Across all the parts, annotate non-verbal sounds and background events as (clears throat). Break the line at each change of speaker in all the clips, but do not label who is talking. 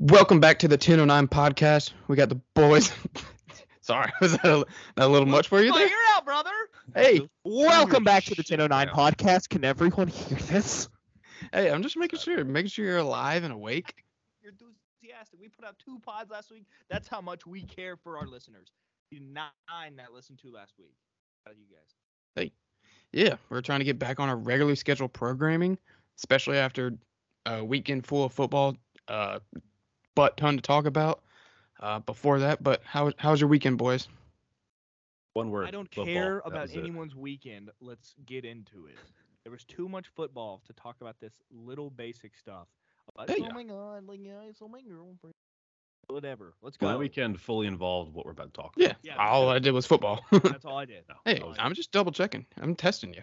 Welcome back to the 1009 podcast. We got the boys. (laughs) Sorry, (laughs) was that a, that a little much for you
Well,
there?
you're out, brother.
Hey,
Welcome back to the
oh
Shit,
1009
yeah.
podcast. Can everyone hear this?
hey, I'm just making sure, making sure you're alive and awake.
You're enthusiastic. We put out two pods last week. That's how much we care for our listeners. The Nine that listened to last week. How about you guys?
Yeah, we're trying to get back on our regularly scheduled programming, especially after a weekend full of football, uh, butt ton to talk about. Uh, before that, but how how's your weekend, boys?
One word.
I don't care about anyone's weekend. Let's get into it. There was too much football to talk about this little basic stuff. But,
Hey.
oh my god, like yeah, I saw my girlfriend. Whatever. Let's go. (laughs)
My weekend fully involved what we're about to talk
Yeah,
Yeah.
all I did was football. (laughs)
That's all I did.
about.
hey,
No,
I'm just double checking. I'm testing you.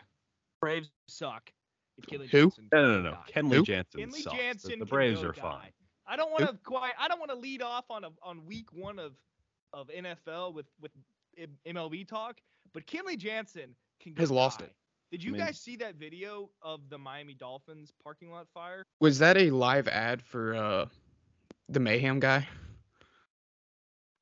Braves suck. If Kenley
Who?
Jansen
no, no, no, no.
dies.
Kenley
Who?
Jansen
Kenley
sucks. The-
Jansen. can
the Braves
go
are
die.
fine.
I don't want to quite. I don't want to lead off on a, on week one of of NFL with with M- MLB talk, but Kenley Jansen can go
Has lost
die.
it.
Did you
I mean-
guys see that video of the Miami Dolphins parking lot fire?
Was that a live ad for uh, the Mayhem guy?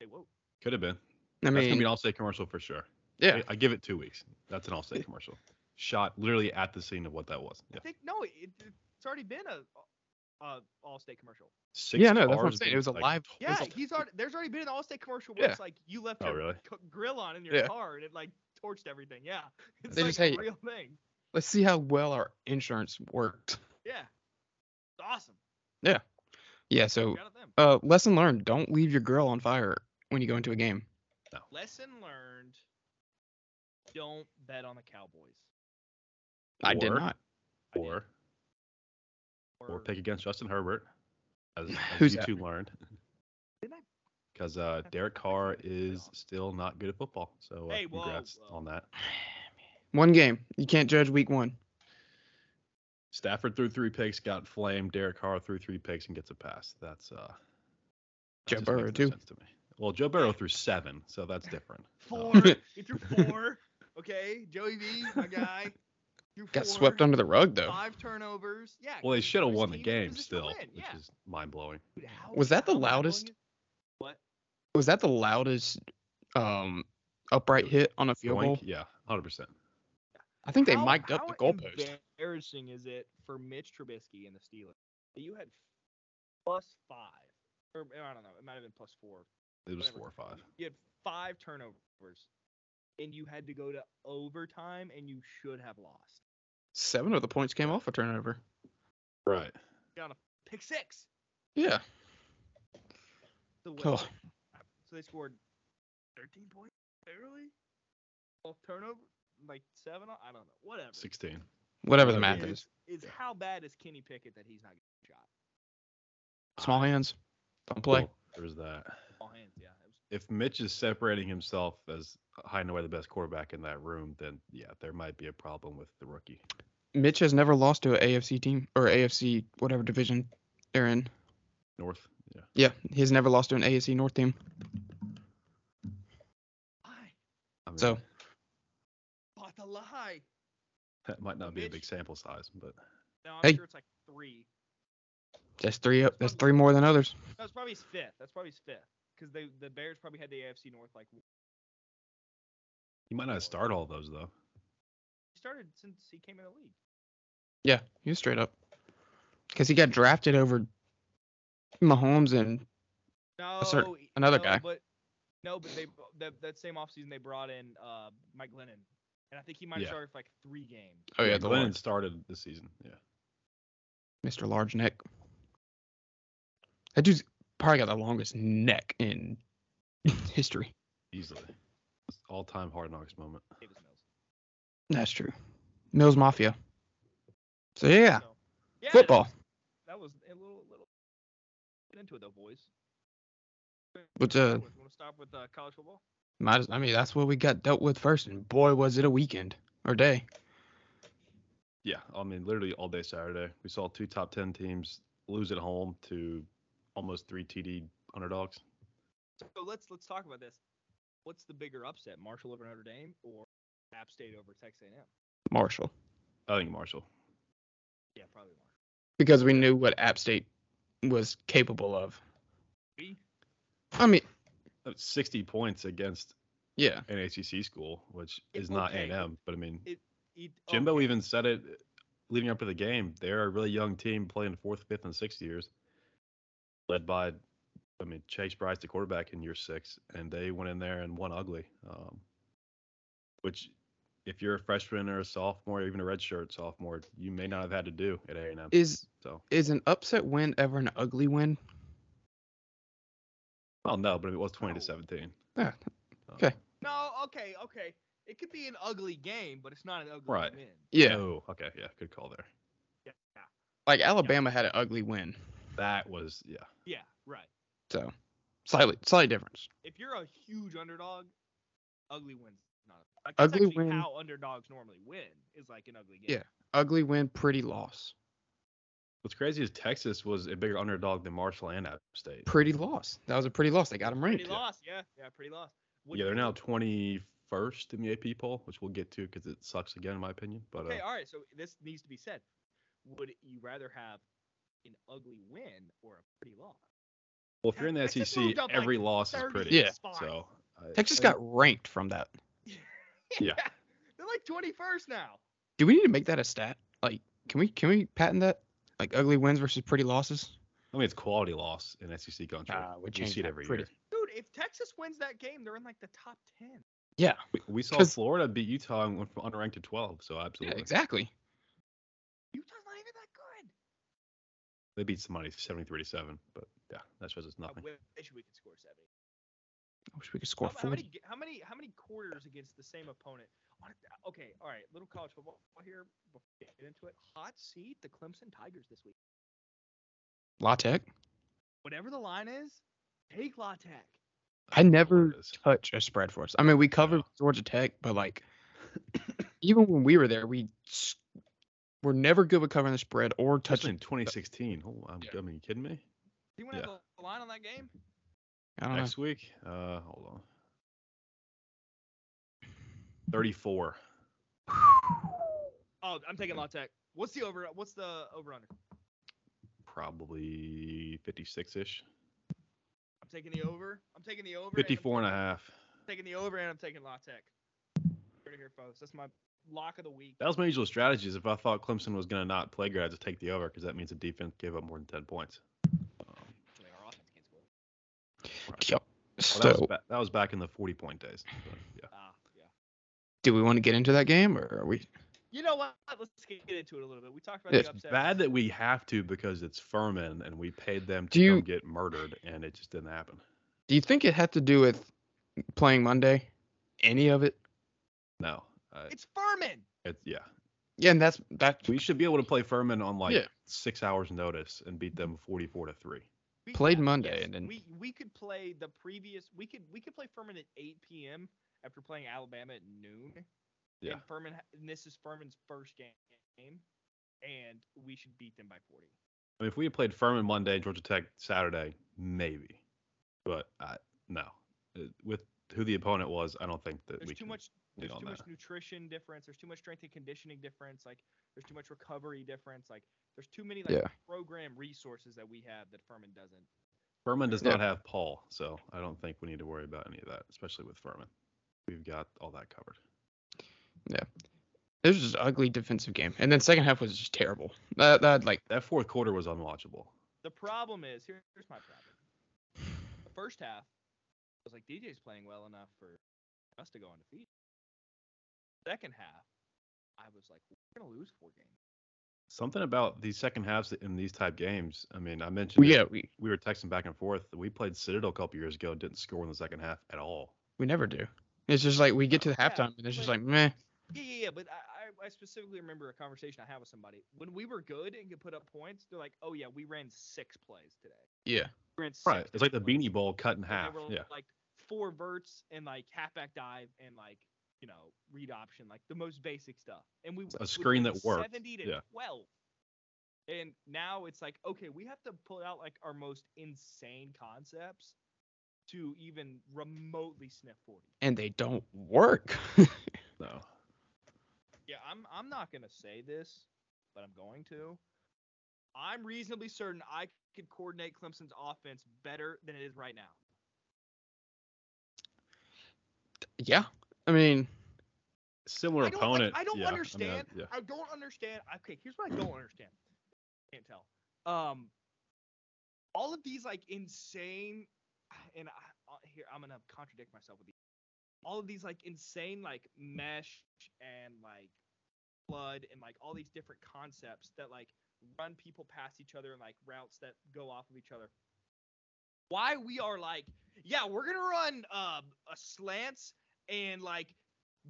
Hey, whoa.
Could have been.
I
That's gonna
mean,
be an all-state commercial for sure.
yeah,
I, I give it two weeks. That's an all-state commercial. Shot literally at the scene of what that was. Yeah.
I think no, it, it's already been a, a all state commercial.
Six
Yeah, no, that's what I'm
cars
saying. It
being,
was a
like,
live-
towed.
Yeah, he's already. There's already been an all state commercial where
Yeah.
it's like you left
Oh,
your
really?
c- grill on in your
Yeah.
car and it like torched everything. Yeah, (laughs) it's
They
like
just
a
hate-
real thing.
let's see how well our insurance worked.
Yeah, it's awesome.
Yeah,
Oh.
so
Shout out them.
uh, lesson learned: don't leave your girl on fire when you go into a game.
Lesson learned: Don't bet on the Cowboys.
I did
Or-
not.
Or or pick against Justin Herbert, as, as
Who's
you
that?
two learned.
Didn't I-
Because uh,
I-
Derek
I
Carr
thought it was
is
playoffs.
still not good at football. So uh,
Hey, whoa,
congrats
whoa.
on that.
One game. You can't judge week one.
Stafford threw three picks, got flamed. Derek Carr threw three picks and gets a pass. That's uh. that
Joe
just
Burrow,
makes no
too.
sense to me. Well, Joe Burrow threw seven, so that's different.
four.
Oh. (laughs)
he threw four. Okay, Joey V, my guy. threw
Got
four,
swept under the rug though.
Five turnovers. Yeah.
Well, they
he
should have
put his
won the
team in
game
position to
still,
win,
which
yeah.
is mind blowing.
Dude, how-
Was that the
how am I blowing
loudest-
it? What?
Was that the loudest um, upright hit on a field goal?
Yeah, hundred percent.
I think they
How-
mic'd up the
how
goalpost.
Embarrassing is it for Mitch Trubisky and the Steelers? that You had plus five, or I don't know, it might have been plus four.
It was
Whatever.
four or five.
You had five turnovers, and you had to go to overtime, and you should have lost.
Seven of the points came off a turnover.
Right.
Pick six.
Yeah.
The win.
Oh,
So they scored 13 points, barely. Well, turnover, like seven. I don't know. Whatever.
Sixteen.
whatever the
Whatever
math
it
is.
Is how bad is Kenny Pickett that he's not getting a shot?
Small hands. Don't play.
Cool. There's that.
All hands, yeah. It was
If Mitch is separating himself as high and away the best quarterback in that room, then yeah, there might be a problem with the rookie.
Mitch has never lost to an AFC team or AFC whatever division they're in.
North. Yeah.
Yeah, he's never lost to an AFC North team.
lie.
I mean,
So-
But the lie.
that might not be a
Mitch-
big sample size, but
No, I'm
Hey.
sure it's like three.
That's three. That's three more than others.
That's probably his fifth. That's probably his fifth. Because they the Bears probably had the AFC North like he
he might not start all those though.
started since he came in the league.
Yeah, he was straight up. Because he got drafted over Mahomes and
No,
certain-
he-
another
no,
guy.
But no, but they that, that same offseason they brought in uh, Mike Glennon, and I think he might have
Yeah.
started for like three games.
oh yeah, the
Glennon
large,
started the season. Yeah.
Mr. Large Neck. That dude's probably got the longest neck in (laughs) history.
Easily. All time hard knocks moment.
Davis Mills.
That's true. Mills Mafia. So yeah,
So, yeah,
football.
That was a little little. Get into it though, boys.
But uh,
want to start with uh, college football?
might as, I mean that's what we got dealt with first, and boy was it a weekend or day.
Yeah, I mean, literally all day Saturday, we saw two top ten teams lose at home to almost three TD underdogs.
So let's let's talk about this. What's the bigger upset, Marshall over Notre Dame or App State over Texas A&M?
Marshall,
I think Marshall.
Yeah, probably Marshall.
because we knew what App State was capable of. I mean,
That's 60 points against
yeah,
an ACC school, which
It-
is not
okay.
A&M. But I mean,
It- It-
Oh,
Jimbo
okay.
even said it uh, leading up to the game. They're a really young team playing fourth, fifth, and sixth years, led by, I mean, Chase Bryce, the quarterback in year six, and they went in there and won ugly. Um, which, if you're a freshman or a sophomore, or even a redshirt sophomore, you may not have had to do at A&M.
is
so,
is an upset win ever an ugly win?
well, no, but it was 20
No.
to 17.
Oh. Yeah.
Um,
Okay.
No, okay, okay. It could be an ugly game, but it's not an ugly
Right.
win.
Yeah,
Oh, okay, yeah, good call there.
like Alabama had an ugly win,
That was, yeah.
Yeah, right.
so slightly slight difference.
If you're a huge underdog, ugly wins not a- like that's
Ugly
actually
win-
How underdogs normally win is like an ugly game.
Yeah. Ugly win, pretty loss,
What's crazy is Texas was a bigger underdog than Marshall and App State.
pretty loss. That was a pretty loss. They got them
Pretty
ranked.
lost. Yeah, yeah, pretty lost. What-
yeah, they're now 21st in the AP poll, which we'll get to because it sucks again, in my opinion. But
Okay,
uh,
all right. So this needs to be said. Would you rather have an ugly win or a pretty loss?
well, if you're in the
Texas
SEC,
moved up, like,
every loss is
30
pretty.
Yeah.
spots. (laughs)
So I,
Texas
I-
got ranked from that.
Yeah.
They're like 21st now.
Do we need to make that a stat? Like, can we can we patent that? Like ugly wins versus pretty losses.
I mean, it's quality loss in SEC country.
Nah, we
we
changed
see it
that
every
pretty.
year.
Dude, if Texas wins that game, they're in like the top 10.
We, we saw
'Cause-
Florida beat Utah and went from unranked to 12. So
Yeah,
absolutely,
exactly.
Utah's not even that good.
they beat somebody 73 to seven. But yeah, that shows us
I
nothing.
wish we could score 70.
I wish we could score
How- how, many,
forty.
g- how many how many quarters against the same opponent? On a- Okay, all right. Little college football here. Before we get into it, hot seat the Clemson Tigers this week.
La Tech.
Whatever the line is, take La Tech.
I never
Florida's.
touch a spread for us. I mean, we covered Georgia Tech, but like, (clears throat) even when we were there, we s- were never good with covering the spread or
Especially
touching.
in 2016. Oh, I'm,
Yeah.
I mean, you kidding me?
Anyone
Yeah.
have the line on that game?
I don't know.
Next week, uh, hold on. 34.
Oh, I'm taking La Tech. What's the over? What's the over under?
probably 56 ish.
I'm taking the over. I'm taking the over. and I'm
54 and a
taking-
half.
I'm taking the over, and I'm taking La Tech. Heard it here, folks. That's my lock of the week.
That was my usual strategy. Is if I thought Clemson was going to not play good, I'd just take the over because that means the defense gave up more than 10 points.
Actually, our offense can't
Yeah.
score.
Well, that,
So,
was ba- that was back in the 40 point days. but, yeah.
Ah, yeah.
do we want to get into that game, or are we?
You know what? Let's get into it a little bit. We talked about
It's
the upset.
Bad that we have to because it's Furman and we paid them to
Do
come
you-
get murdered and it just didn't happen.
Do you think it had to do with playing Monday? Any of it?
No. Uh,
It's Furman.
it's, yeah.
Yeah, and that's that.
We should be able to play Furman on like
Yeah.
six hours notice and beat them 44 to 3.
We-
Played
yeah,
Monday
yes.
and then-
we we could play the previous. We could we could play Furman at 8 p.m. after playing Alabama at noon.
Yeah.
And Furman, ha- and this is Furman's first ga- game, and we should beat them by 40.
I mean, if we had played Furman Monday and Georgia Tech Saturday, maybe. But I, no, Uh, with who the opponent was, I don't think that
There's
we
too
can
much.
get
There's
on
too much
that.
nutrition difference. There's too much strength and conditioning difference. Like there's too much recovery difference. Like there's too many like
Yeah.
program resources that we have that Furman doesn't.
Furman does
Yeah.
not have Paul, so I don't think we need to worry about any of that, especially with Furman. We've got all that covered.
It was just an ugly defensive game, and then second half was just terrible. That that like
That fourth quarter was unwatchable.
The problem is here, here's my problem. The first half, I was like DJ's playing well enough for us to go undefeated. Second half, I was like we're gonna lose four games.
Something about these second halves in these type games. I mean, I mentioned
we,
it,
yeah we
we were texting back and forth. We played Citadel a couple years ago, didn't score in the second half at all.
we never do. It's just like we get to the
Yeah,
halftime and it's just
but-
like meh.
Yeah, yeah, yeah. But I, I, I specifically remember a conversation I had with somebody when we were good and could put up points. They're like, oh yeah, we ran six plays today.
Yeah.
We ran six
Right. It's like the
different plays.
beanie ball cut in half.
And they were
Yeah.
like four verts and like halfback dive and like you know read option, like the most basic stuff. And we
a
would
screen
win
that worked,
Seventy to
yeah.
twelve. And now it's like okay, we have to pull out like our most insane concepts to even remotely sniff forty.
and they don't work. (laughs)
No.
Yeah, I'm I'm not gonna say this, but I'm going to. I'm reasonably certain I could coordinate Clemson's offense better than it is right now.
Yeah. I mean,
Similar
I don't, like,
opponent.
I don't
yeah, mean,
understand.
yeah.
I don't understand. Okay, here's what I don't understand. Can't tell. Um, all of these like insane, and I, uh, here I'm gonna contradict myself with these. All of these like insane like mesh and like blood and like all these different concepts that like run people past each other and like routes that go off of each other. Why we are like, yeah, we're gonna run uh, a slants and like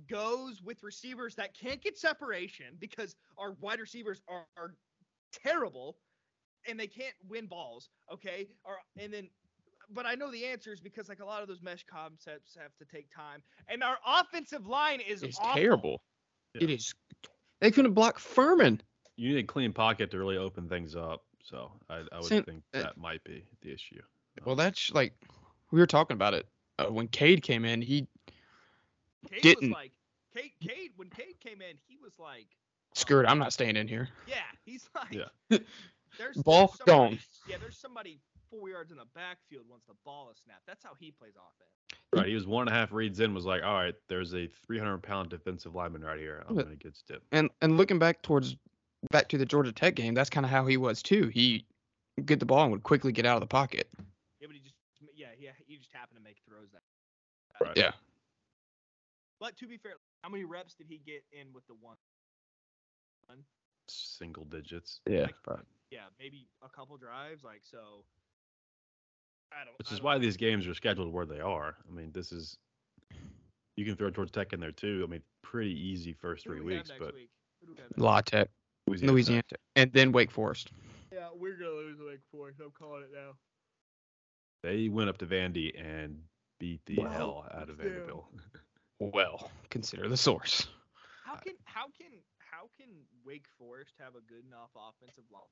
goes with receivers that can't get separation because our wide receivers are, are terrible and they can't win balls. Okay. Or, and then, but I know the answers because like a lot of those mesh concepts have to take time. And our offensive line is
it's
awful.
terrible.
Yeah.
It is. They couldn't block Furman.
You need a clean pocket to really open things up. So I, I would
Sin-
think
uh,
that might be the issue.
Well, that's like we were talking about it uh, when Cade came in. He
Cade
didn't.
was like, Cade, Cade, when Cade came in, he was like,
screwed. I'm not staying in here.
yeah, he's (laughs) like,
Yeah. (laughs)
there's
Ball
there's
gone.
somebody- Yeah, there's somebody four yards in the backfield once the ball is snapped. That's how he plays offense.
Right. He was one and a half reads in, was like, all right, there's a 300 pound defensive lineman right here. I'm
Yeah.
going to get stiff.
And and looking back towards back to the Georgia Tech game, that's kind of how he was too. He would get the ball and would quickly get out of the pocket.
Yeah, but he just yeah, yeah, he just happened to make throws that.
Right.
Yeah.
But to be fair, how many reps did he get in with the one?
Single digits.
Yeah.
Yeah, maybe a couple drives. Like so, I don't.
Which
I
is
don't-
why these games are scheduled where they are. I mean, this is you can throw Georgia Tech in there too. I mean, pretty easy first
who do
three
we have
weeks,
next
but
week? Who do we have next
La Tech,
Louisiana Tech.
Louisiana, Tech, and then Wake Forest.
week? Yeah, we're gonna lose like four. I'm calling it now.
they went up to Vandy and beat the
Well,
hell out of
damn.
Vanderbilt.
Well, consider the source.
How can how can how can Wake Forest have a good enough offensive line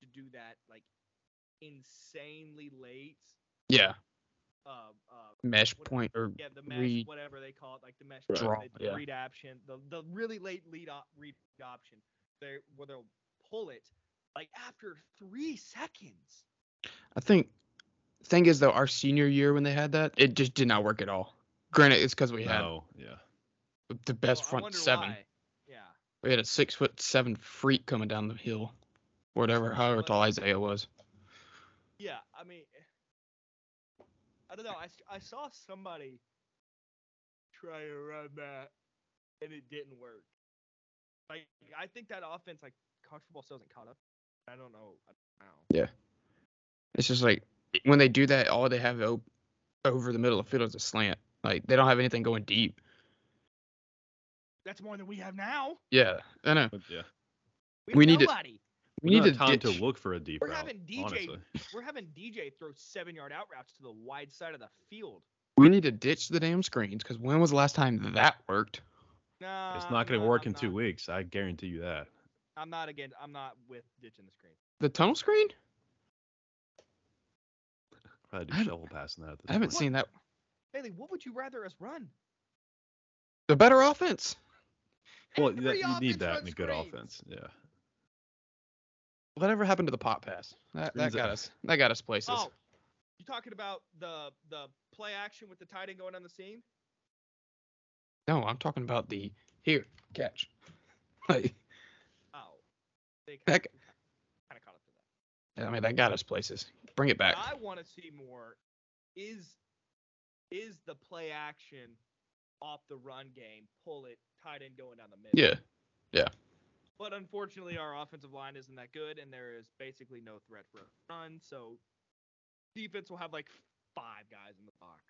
to do that like insanely late?
Yeah.
Uh, uh,
Mesh
What-
point or
Yeah, the mesh,
read-
whatever they call it, like the mesh
Right.
Draw,
the
yeah.
read option, the the really late lead op, read option, they where they'll pull it like after three seconds.
I think thing is though our senior year when they had that, it just did not work at all. Granted, it's because we
No, Oh, yeah.
had the best
So I
front
wonder
seven.
why. Yeah,
We had a six foot seven freak coming down the hill, whatever, however tall Isaiah was.
yeah. I mean, I don't know. I, s- I saw somebody try to run that, and it didn't work. Like I think that offense, like college football, still hasn't caught up. I don't know. I don't know.
It's just like when they do that, all they have o- over the middle of the field is a slant. Like they don't have anything going deep.
That's more than we have now.
Yeah, I know.
But yeah.
We, have
We need to-
nobody.
We
We
need
don't
to
have time
ditch-
to look for a deep
We're
route,
having DJ
honestly.
(laughs) We're having DJ throw seven yard out routes to the wide side of the field.
We need to ditch the damn screens because when was the last time that worked?
No,
It's not going to work in two weeks. I guarantee you that.
I'm not again. I'm not with ditching the screen.
The tunnel screen?
Probably
I
do
haven't-
shovel passing that. At this
I haven't
point.
seen that.
Bailey, what would you rather us run?
The better offense.
Well,
Every
that, you
offense
need that in
runs
a good
screens.
offense. Yeah.
Whatever happened to the pop pass? That, that
Screens
got
out.
us. That got us places.
Oh, you talking about the the play action with the tight end going on the seam?
No, I'm talking about the here catch. (laughs) Like,
Oh, they kind
That-
of, kind of caught up to that.
I mean, that got us places. Bring it back.
What I want to see more is is the play action off the run game, pull it, tight end going down the middle.
Yeah.
But unfortunately, our offensive line isn't that good, and there is basically no threat for a run. So defense will have like five guys in the box.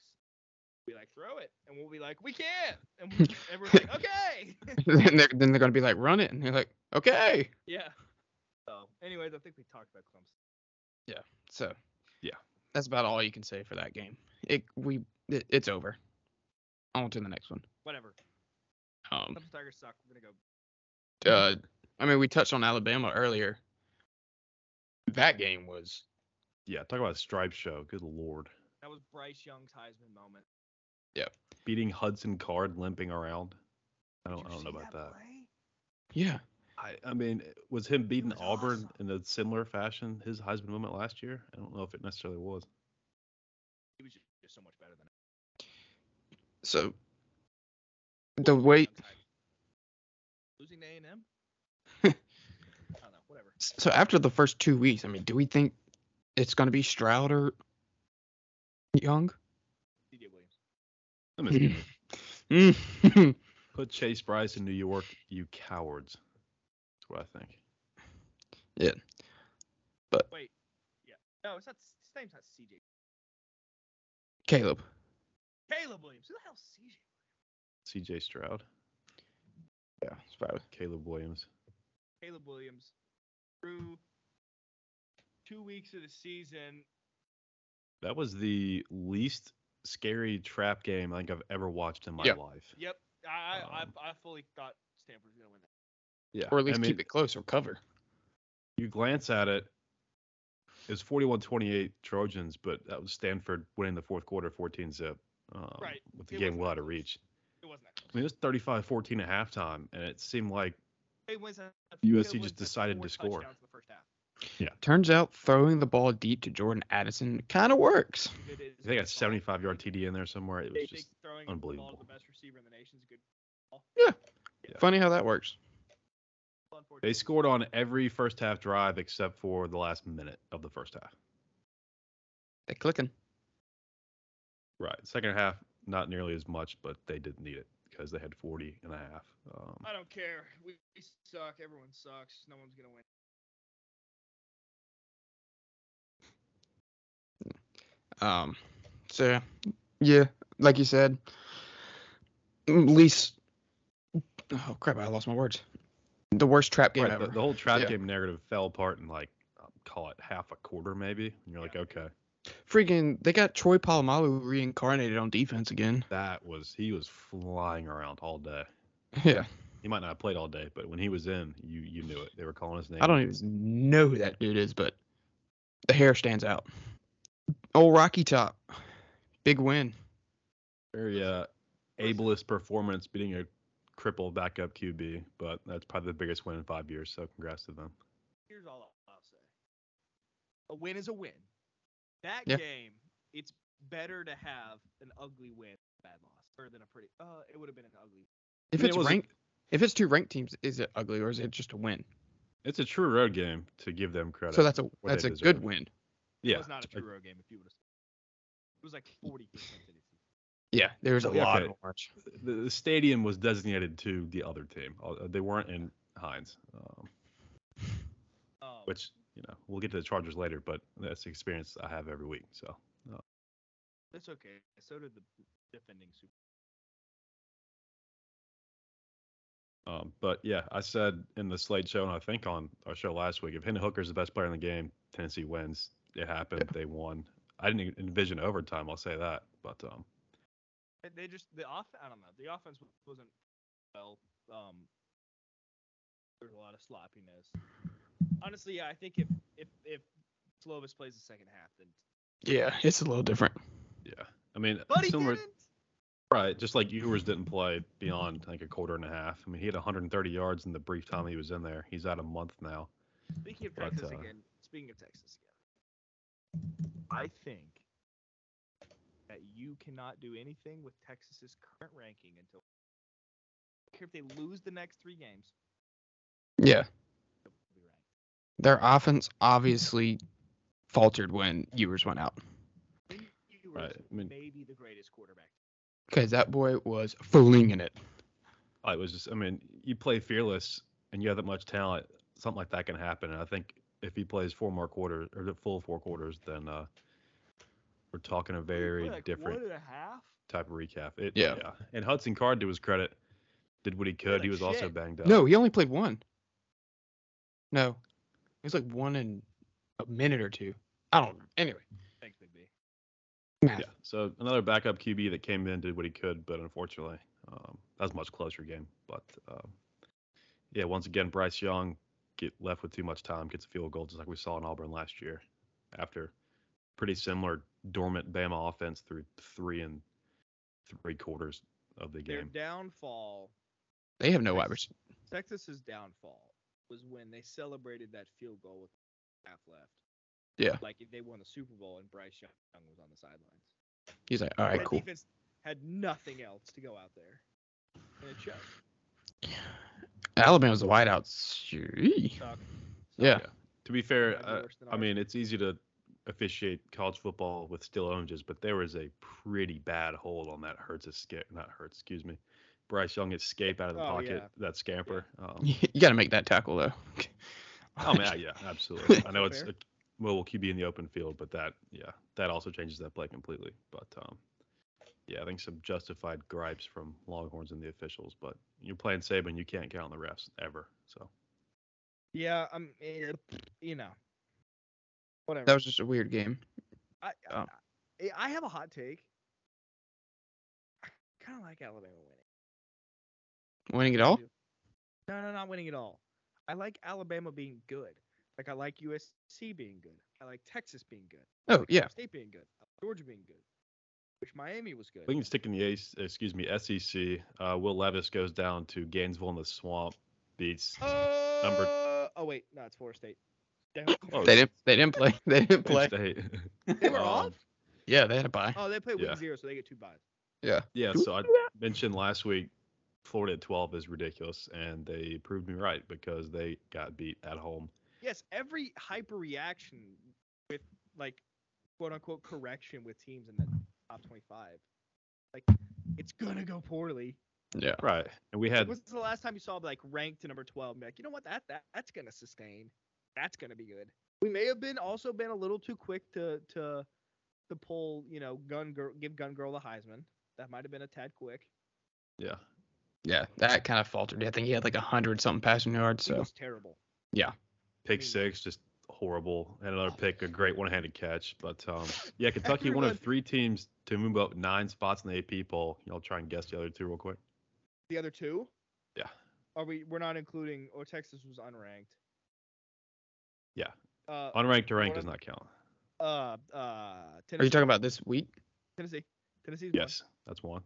Be like, throw it, and we'll be like, we can't, and we- everyone's like, okay.
(laughs) then they're then they're gonna be like, run it, and they're like, okay.
yeah. So, anyways, I think we talked about Clemson.
So
Yeah.
that's about all you can say for that game. It we it, it's over. On to the next one.
Whatever.
Um,
Mm.
Clemson Tigers suck. We're gonna go.
uh, I mean, we touched on Alabama earlier. That game was
Yeah. Talk about a stripe show. Good lord.
That was Bryce Young's Heisman moment.
Beating Hudson Card limping around. I
Did
don't, I
you
don't know
see
about that.
play?
yeah.
I I, I mean, was him beating
was
Auburn
awesome.
in a similar fashion his Heisman moment last year? I don't know if it necessarily was.
He was ju- just so much better than
So the way
Losing to A and M. I don't know. Whatever.
so after the first two weeks, I mean, do we think it's going to be Stroud or Young?
DJ Williams.
I mean,
(laughs) Mm.
put Chase Bryce in New York, you cowards. That's what I think.
Wait. Yeah. No, it's not. His name's not CJ.
(laughs) Caleb.
Caleb Williams. Who the hell's CJ?
C.J. Stroud,
Yeah, it's probably.
Caleb Williams.
Caleb Williams through two weeks of the season.
That was the least scary trap game I think I've ever watched in my
Yeah.
life.
Yep, I I-
Um,
I, I fully thought Stanford was gonna win that.
Yeah.
Or at least
I mean,
keep it close or cover.
you glance at it, it was 41 28 Trojans, but that was Stanford winning the fourth quarter 14 zip. Um,
Right.
With the
It
game
wasn't
well
that
out of
close.
reach.
It wasn't that
I
close.
mean, it was 35 14 at halftime, and it seemed like
They wins that-
USC
they
just
wins that
decided
four
to score.
touchdowns in The first half.
Turns out throwing the ball deep to Jordan Addison kind of works.
It is
I think I got
just
75 yard TD in there somewhere. It
They think
was just,
throwing
unbelievable.
The ball to the best receiver in the nation is a good.
Yeah.
Funny how that works.
call, unfortunately.
they scored on every first half drive except for the last minute of the first half.
They clicking.
Right. Second half, not nearly as much, but they did need it because they had 40 and a half. Um,
I don't care. We, we suck. Everyone sucks. No one's gonna win.
Um, so yeah, like you said, m- least. Oh crap! I lost my words. The worst trap game
Right,
ever.
the, the whole trap
Yeah.
game narrative fell apart in like um, call it half a quarter maybe, and you're like,
Yeah.
okay,
Freaking, they got Troy Polamalu reincarnated on defense again. (laughs)
that was he was flying around all day.
Yeah,
He might not have played all day, but when he was in, you you knew it. They were calling his name.
I don't even know who that dude is, but the hair stands out. Old Rocky Top, big win.
very uh, ableist performance beating a crippled backup QB, but that's probably the biggest win in five years. So congrats to them.
Here's all I'll, I'll say. A win is a win. That
Yeah.
game, it's better to have an ugly win, than a bad loss, or than a pretty. Uh, it would have been an ugly.
If
I mean, it
it's
wasn't-
ranked, if it's two ranked teams, is it ugly or is it just a win?
It's a true road game to give them credit.
So that's a
they
that's a
deserve.
good win.
yeah,
It was not a
I-
true road game if you would have. It was like 40% density.
Yeah, there's a
Yeah,
lot
okay.
of orange.
the, the stadium was designated to the other team. Uh, They weren't in Heinz. Um,
Um,
which you know we'll get to the Chargers later, but that's the experience I have every week. So
That's okay. So did the defending Super
Um, but yeah, I said in the Slate show, and I think on our show last week, if Hendon Hooker's the best player in the game, Tennessee wins. It happened. They won. I didn't even envision overtime. I'll say that. But um,
They- They just the off. I don't know. The offense w- wasn't well. Um, there's a lot of sloppiness. Honestly, yeah, I think if if if Slovis plays the second half, then
Yeah, it's a little different.
yeah, I mean,
but he
similar,
didn't.
right? Just like Ewers didn't play beyond like a quarter and a half. I mean, he had 130 yards in the brief time he was in there. He's out a month now.
Speaking of
But,
Texas
uh,
again. Speaking of Texas again. I think that you cannot do anything with Texas's current ranking until. I don't care if they lose the next three games.
Yeah,
they'll be ranked.
their offense obviously faltered when Ewers went out
Quinn Ewers
Right, I mean-
may be the greatest quarterback.
because that boy was flinging it.
I was just, I mean, you play fearless and you have that much talent, something like that can happen. And I think if he plays four more quarters or the full four quarters, then uh, we're talking a
He played
very
like
different
One and a half.
type of recap. It,
Yeah.
And Hudson Card, to his credit, did what he could. he
like
was also
shit.
banged up.
No, he only played one. No, it was like one in a minute or two. I don't know. Anyway,
Thanks, Big B.
math.
Yeah. So another backup QB that came in, did what he could, but unfortunately, um, that was a much closer game. But um, yeah, once again, Bryce Young get left with too much time, gets a field goal, just like we saw in Auburn last year, after pretty similar dormant Bama offense through three and three quarters of the
Their
game.
downfall,
they have no wide receivers.
Texas's downfall, was when they celebrated that field goal with half left.
Yeah.
Like they won the Super Bowl and Bryce Young was on the sidelines.
He's like, all right,
that
cool.
defense had nothing else to go out there. And it showed.
Alabama's the whiteout. Shee.
Suck.
Yeah.
To be fair,
Might be
uh,
worse than
I
ours.
mean, it's easy to officiate college football with still oranges, but there was a pretty bad hold on that Hurts escape, not Hurts, excuse me, Bryce Young escape out of the
Oh,
pocket,
yeah.
that scamper. Um,
(laughs) You got to make that tackle though. (laughs)
I mean, Oh, I- yeah, absolutely. I know it's
Fair.
a mobile QB in the open field, but that, yeah, that also changes that play completely. But um, yeah, I think some justified gripes from Longhorns and the officials, but you're playing Saban, you can't count on the refs ever. So
Yeah, I'm. eh, You know. Whatever.
That was just a weird game.
I, I,
um,
I- I have a hot take. I kind of like Alabama winning.
Winning it all.
No, no, not winning at all. I like Alabama being good. Like I like USC being good. I like Texas being good.
Oh yeah.
Ohio State being good. I like Georgia being good. Which Miami was good.
We can stick in the ace, excuse me, SEC. Uh, Will Levis goes down to Gainesville in the swamp, beats.
Uh,
number-
Oh wait, no, it's Florida State. They,
Oh,
They didn't. They didn't play. (laughs) They didn't play.
State.
they were
(laughs) um,
off.
Yeah, they had a bye.
Oh, they played week
yeah.
zero, so they get two buys.
Yeah,
Do we
so I mentioned last week Florida at 12 is ridiculous, and they proved me right because they got beat at home.
Yes, every hyper reaction with like quote unquote correction with teams in the top twenty five, like it's gonna go poorly.
Yeah.
Right. And we
Like,
had,
when's the last time you saw like ranked to number twelve? And be like, you know what? That that that's gonna sustain. That's gonna be good. We may have been also been a little too quick to to to pull you know gun girl give gun girl the Heisman. That might have been a tad quick.
yeah,
Yeah. That kind of faltered. I think he had like a hundred something passing yards.
It
So
was terrible.
pick
mean- Oh.
six, just horrible. And another pick, a great one handed catch. But um, yeah, Kentucky, one
Everyone-
of three teams to move up nine spots in the AP poll. Y'all try and guess the other two real quick.
The other two
Yeah.
are we? We're not including. Oh, Texas was unranked.
Yeah.
Uh,
Unranked to ranked
Florida-
does not count.
uh, uh, Tennessee.
are you talking about this week?
Tennessee? Tennessee's one.
Yes, that's one.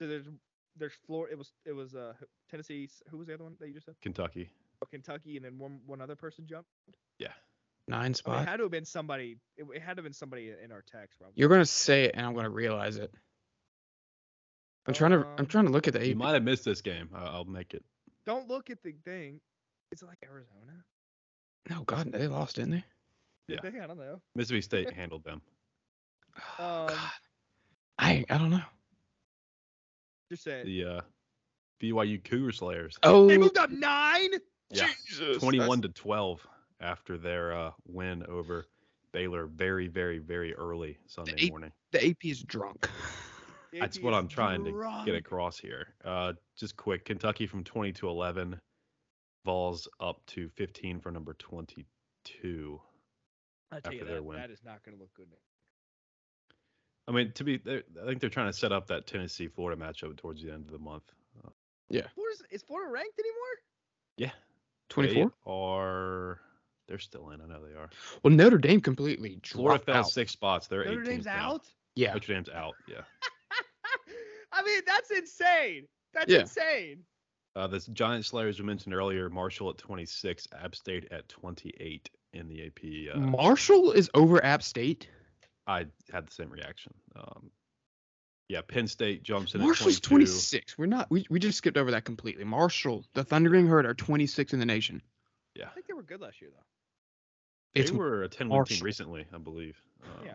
So there's there's Florida. It was it was uh Tennessee. Who was the other one that you just said?
Kentucky.
Oh, Kentucky, and then one one other person jumped.
Yeah.
Nine
I mean,
spot.
it had to have been somebody. It, it had to have been somebody in our text. Probably.
You're gonna say it, and I'm gonna realize it. I'm trying to. I'm
Um,
trying to look at the
You
AP.
might have missed this game. I- I'll make it.
Don't look at the thing. It's like Arizona.
No, Oh, God, they lost, didn't they?
Did
Yeah.
they? I don't
(sighs)
know.
Mississippi State handled them.
Oh,
Um,
God. I I don't know.
Just say it.
The uh, BYU Cougar Slayers.
They
Oh,
moved up nine.
Yeah,
Jesus,
21 to 12 after their uh, win over Baylor very, very, very early Sunday
eight-
morning.
The AP is drunk.
(laughs)
That's
AP
what
is
I'm trying to Get
drunk.
across here. Uh, just quick Kentucky from 20 to 11, Vols up to 15 for number 22.
I tell you
after their
that,
win.
that is not going to look good.
I mean, to be, they're- I think they're trying to set up that Tennessee Florida matchup towards the end of the month. Uh,
Florida's, is Florida ranked anymore?
yeah,
Twenty-four.
They are they're still in? I know they are.
Well, Notre Dame completely
Florida
dropped
fell
out.
six spots. They're
Notre
18th
Dame's
now.
out. (laughs)
Yeah,
Notre Dame's out. Yeah.
I mean, that's insane. That's
Yeah.
insane.
Uh, the Giant Slayers we mentioned earlier, Marshall at 26, App State at 28 in the AP.
Mm.
Uh,
Marshall is over App State.
I had the same reaction. Um, yeah, Penn State jumps in
Marshall's
at 22.
26. We're not. We, we just skipped over that completely. Marshall, the Thundering Herd, are 26 in the nation.
Yeah,
I think they were good last year though.
It's
they were a 10 win team
Marshall.
recently, I believe. Um,
Yeah.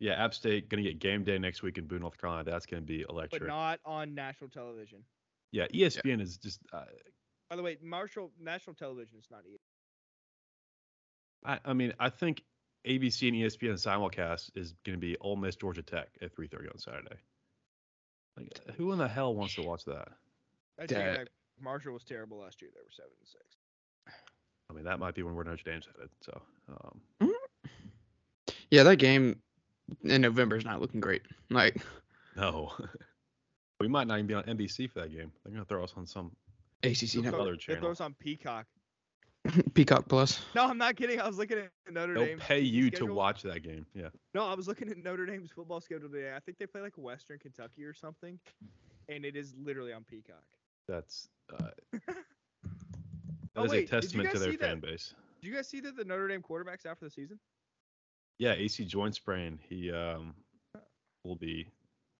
Yeah, App State going to get game day next week in Boone, North Carolina. That's going to be
But
electric.
not on national television.
yeah, E ESPN is just. Uh,
By the way, Marshall national television is not E either.
I, I mean, I think ABC and E ESPN simulcast is going to be Ole Miss Georgia Tech at 3:30 on Saturday. Like, uh, who in the hell wants to watch that?
I take it
That-
back. Marshall was terrible last year. They were seven and six.
I mean, that might be when where Notre Dame's headed. So, um, (laughs)
yeah, that game in November is not looking great. Like
no, we might not even be on NBC for that game. They're gonna throw us on some
ACC
They'll
no
Network,
throw-
other
They throw
channel.
us on Peacock. (laughs)
Peacock Plus.
No, I'm not kidding. I was looking at Notre
They'll
Dame.
pay you to
schedule.
watch that game. Yeah,
No, I was looking at Notre Dame's football schedule today. I think they play like Western Kentucky or something, (laughs) and it is literally on Peacock.
that's uh, That
Oh,
is
wait,
a
did you
testament to
guys
their
see that-
fan base.
Do you guys see that the Notre Dame quarterbacks out for the season?
Yeah, AC joint sprain. He um
Uh.
will be.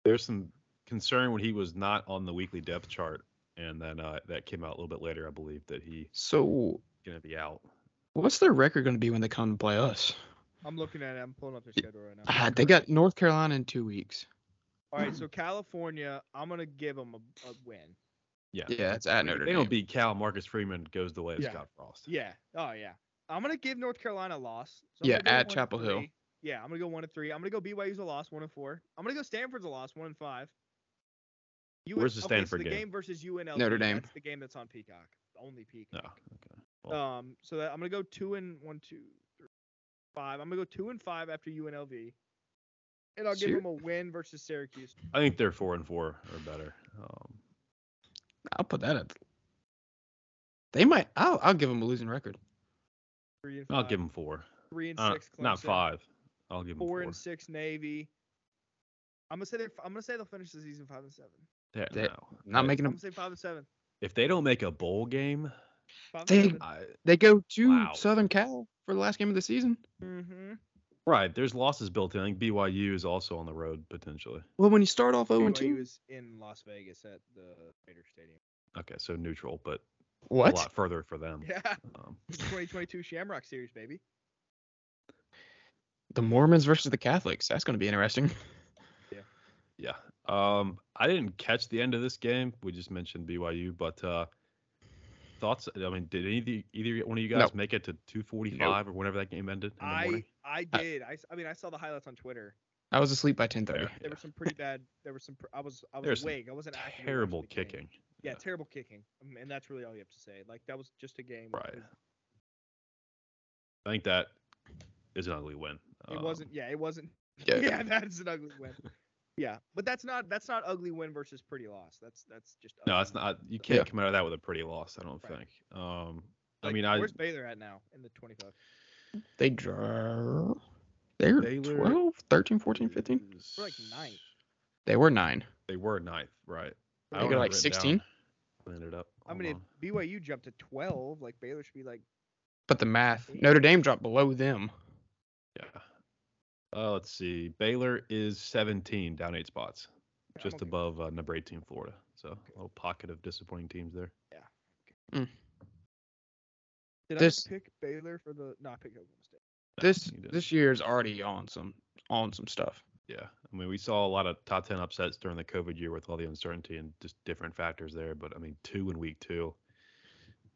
There's some concern when he was not on the weekly depth chart, and then uh, that came out a little bit later, I believe, that he's
So
gonna be out.
what's their record going to be when they come to play us?
I'm looking at it. I'm pulling up their schedule right now.
Ah, they got North Carolina in two weeks.
All right, so California, I'm gonna give them a, a win.
Yeah.
Yeah, it's at
If
Notre
they
Dame.
don't beat Cal. Marcus Freeman goes the way of
Yeah.
Scott Frost.
Yeah. Oh yeah. I'm gonna give North Carolina a loss. So I'm
Yeah,
gonna go
at
one and
Chapel Hill.
three. Yeah, I'm gonna go one and three. I'm gonna go BYU's a loss, one and four. I'm gonna go Stanford's a loss, one and five. UN
Where's the
okay, so
Stanford
the
game?
game versus UNLV.
Notre Dame.
That's the game that's on Peacock. Only
No.
Peacock.
Okay. Oh, well.
Um. So that I'm gonna go two and one, two, three, five. I'm gonna go two and five after UNLV. And I'll give
Ser-
them a win versus Syracuse.
I think they're four and four or better. Um,
I'll put that at. They might. I'll, I'll give them a losing record.
Three and five.
I'll give them four.
three and
Uh,
six. Clemson,
not five. I'll give them
Four
four.
and six Navy. I'm gonna say they're, I'm gonna say they'll finish the season five and seven.
There-
That-
no.
Not
That-
making
I'm
them.
gonna say five and seven.
If they don't make a bowl game,
Five
They-
and seven.
I,
They go to
Wow.
Southern Cal for the last game of the season.
Mm-hmm.
right? There's losses built in. I think BYU is also on the road potentially.
Well, when you start
Oh,
off 0
BYU
2.
is in Las Vegas at the Raider Stadium.
Okay, so neutral, but a
What?
lot further for them.
(laughs) Yeah,
Um,
2022 Shamrock Series, baby.
The Mormons versus the Catholics. That's going to be interesting.
yeah. Um, I didn't catch the end of this game. We just mentioned BYU, but uh, thoughts? I mean, did any of the, either one of you
No.
guys make it to 245 or whenever that game ended? In the
I
morning?
I
I-
did. I, s- I mean, I saw the highlights on Twitter.
I was asleep by 10:30.
There,
There
yeah.
were some pretty bad. There were some. pr- I was I
There's
was
some
awake. I wasn't actively watching
Terrible
the game.
kicking.
Yeah,
yeah.
terrible kicking. Um, and that's really all you have to say. Like that was just a game.
Right.
It,
I think that is an ugly win.
it
Um,
wasn't. Yeah, it
(laughs)
wasn't.
Yeah.
(laughs) Yeah, that's an ugly win. Yeah, but that's not that's not ugly win versus pretty loss. That's that's just.
No,
ugly.
that's not. You can't
Yeah.
come out of that with a pretty loss. I don't
Right.
think. Um, I
Like,
mean, I
where's Baylor at now in the 25?
They draw. They were Mm.
Baylor
12, 13, 14, 15.
We're like ninth.
They were nine.
They were ninth, right?
They
I don't
go
have
like
it written
16?
down. I ended up.
I
hold
mean,
on.
if BYU jumped to 12, like Baylor should be like,
But the math. Notre Dame dropped below them.
yeah. Uh, let's see. Baylor is 17, down eight spots,
I'm
just
okay.
above uh, number 18, Florida. So a little pocket of disappointing teams there. (laughs)
Did
this-
I pick Baylor for the? No, I picked Oklahoma State.
No,
This
you didn't.
this year's already on some on some stuff.
Yeah, I mean, we saw a lot of top 10 upsets during the COVID year with all the uncertainty and just different factors there. But I mean, two in week two,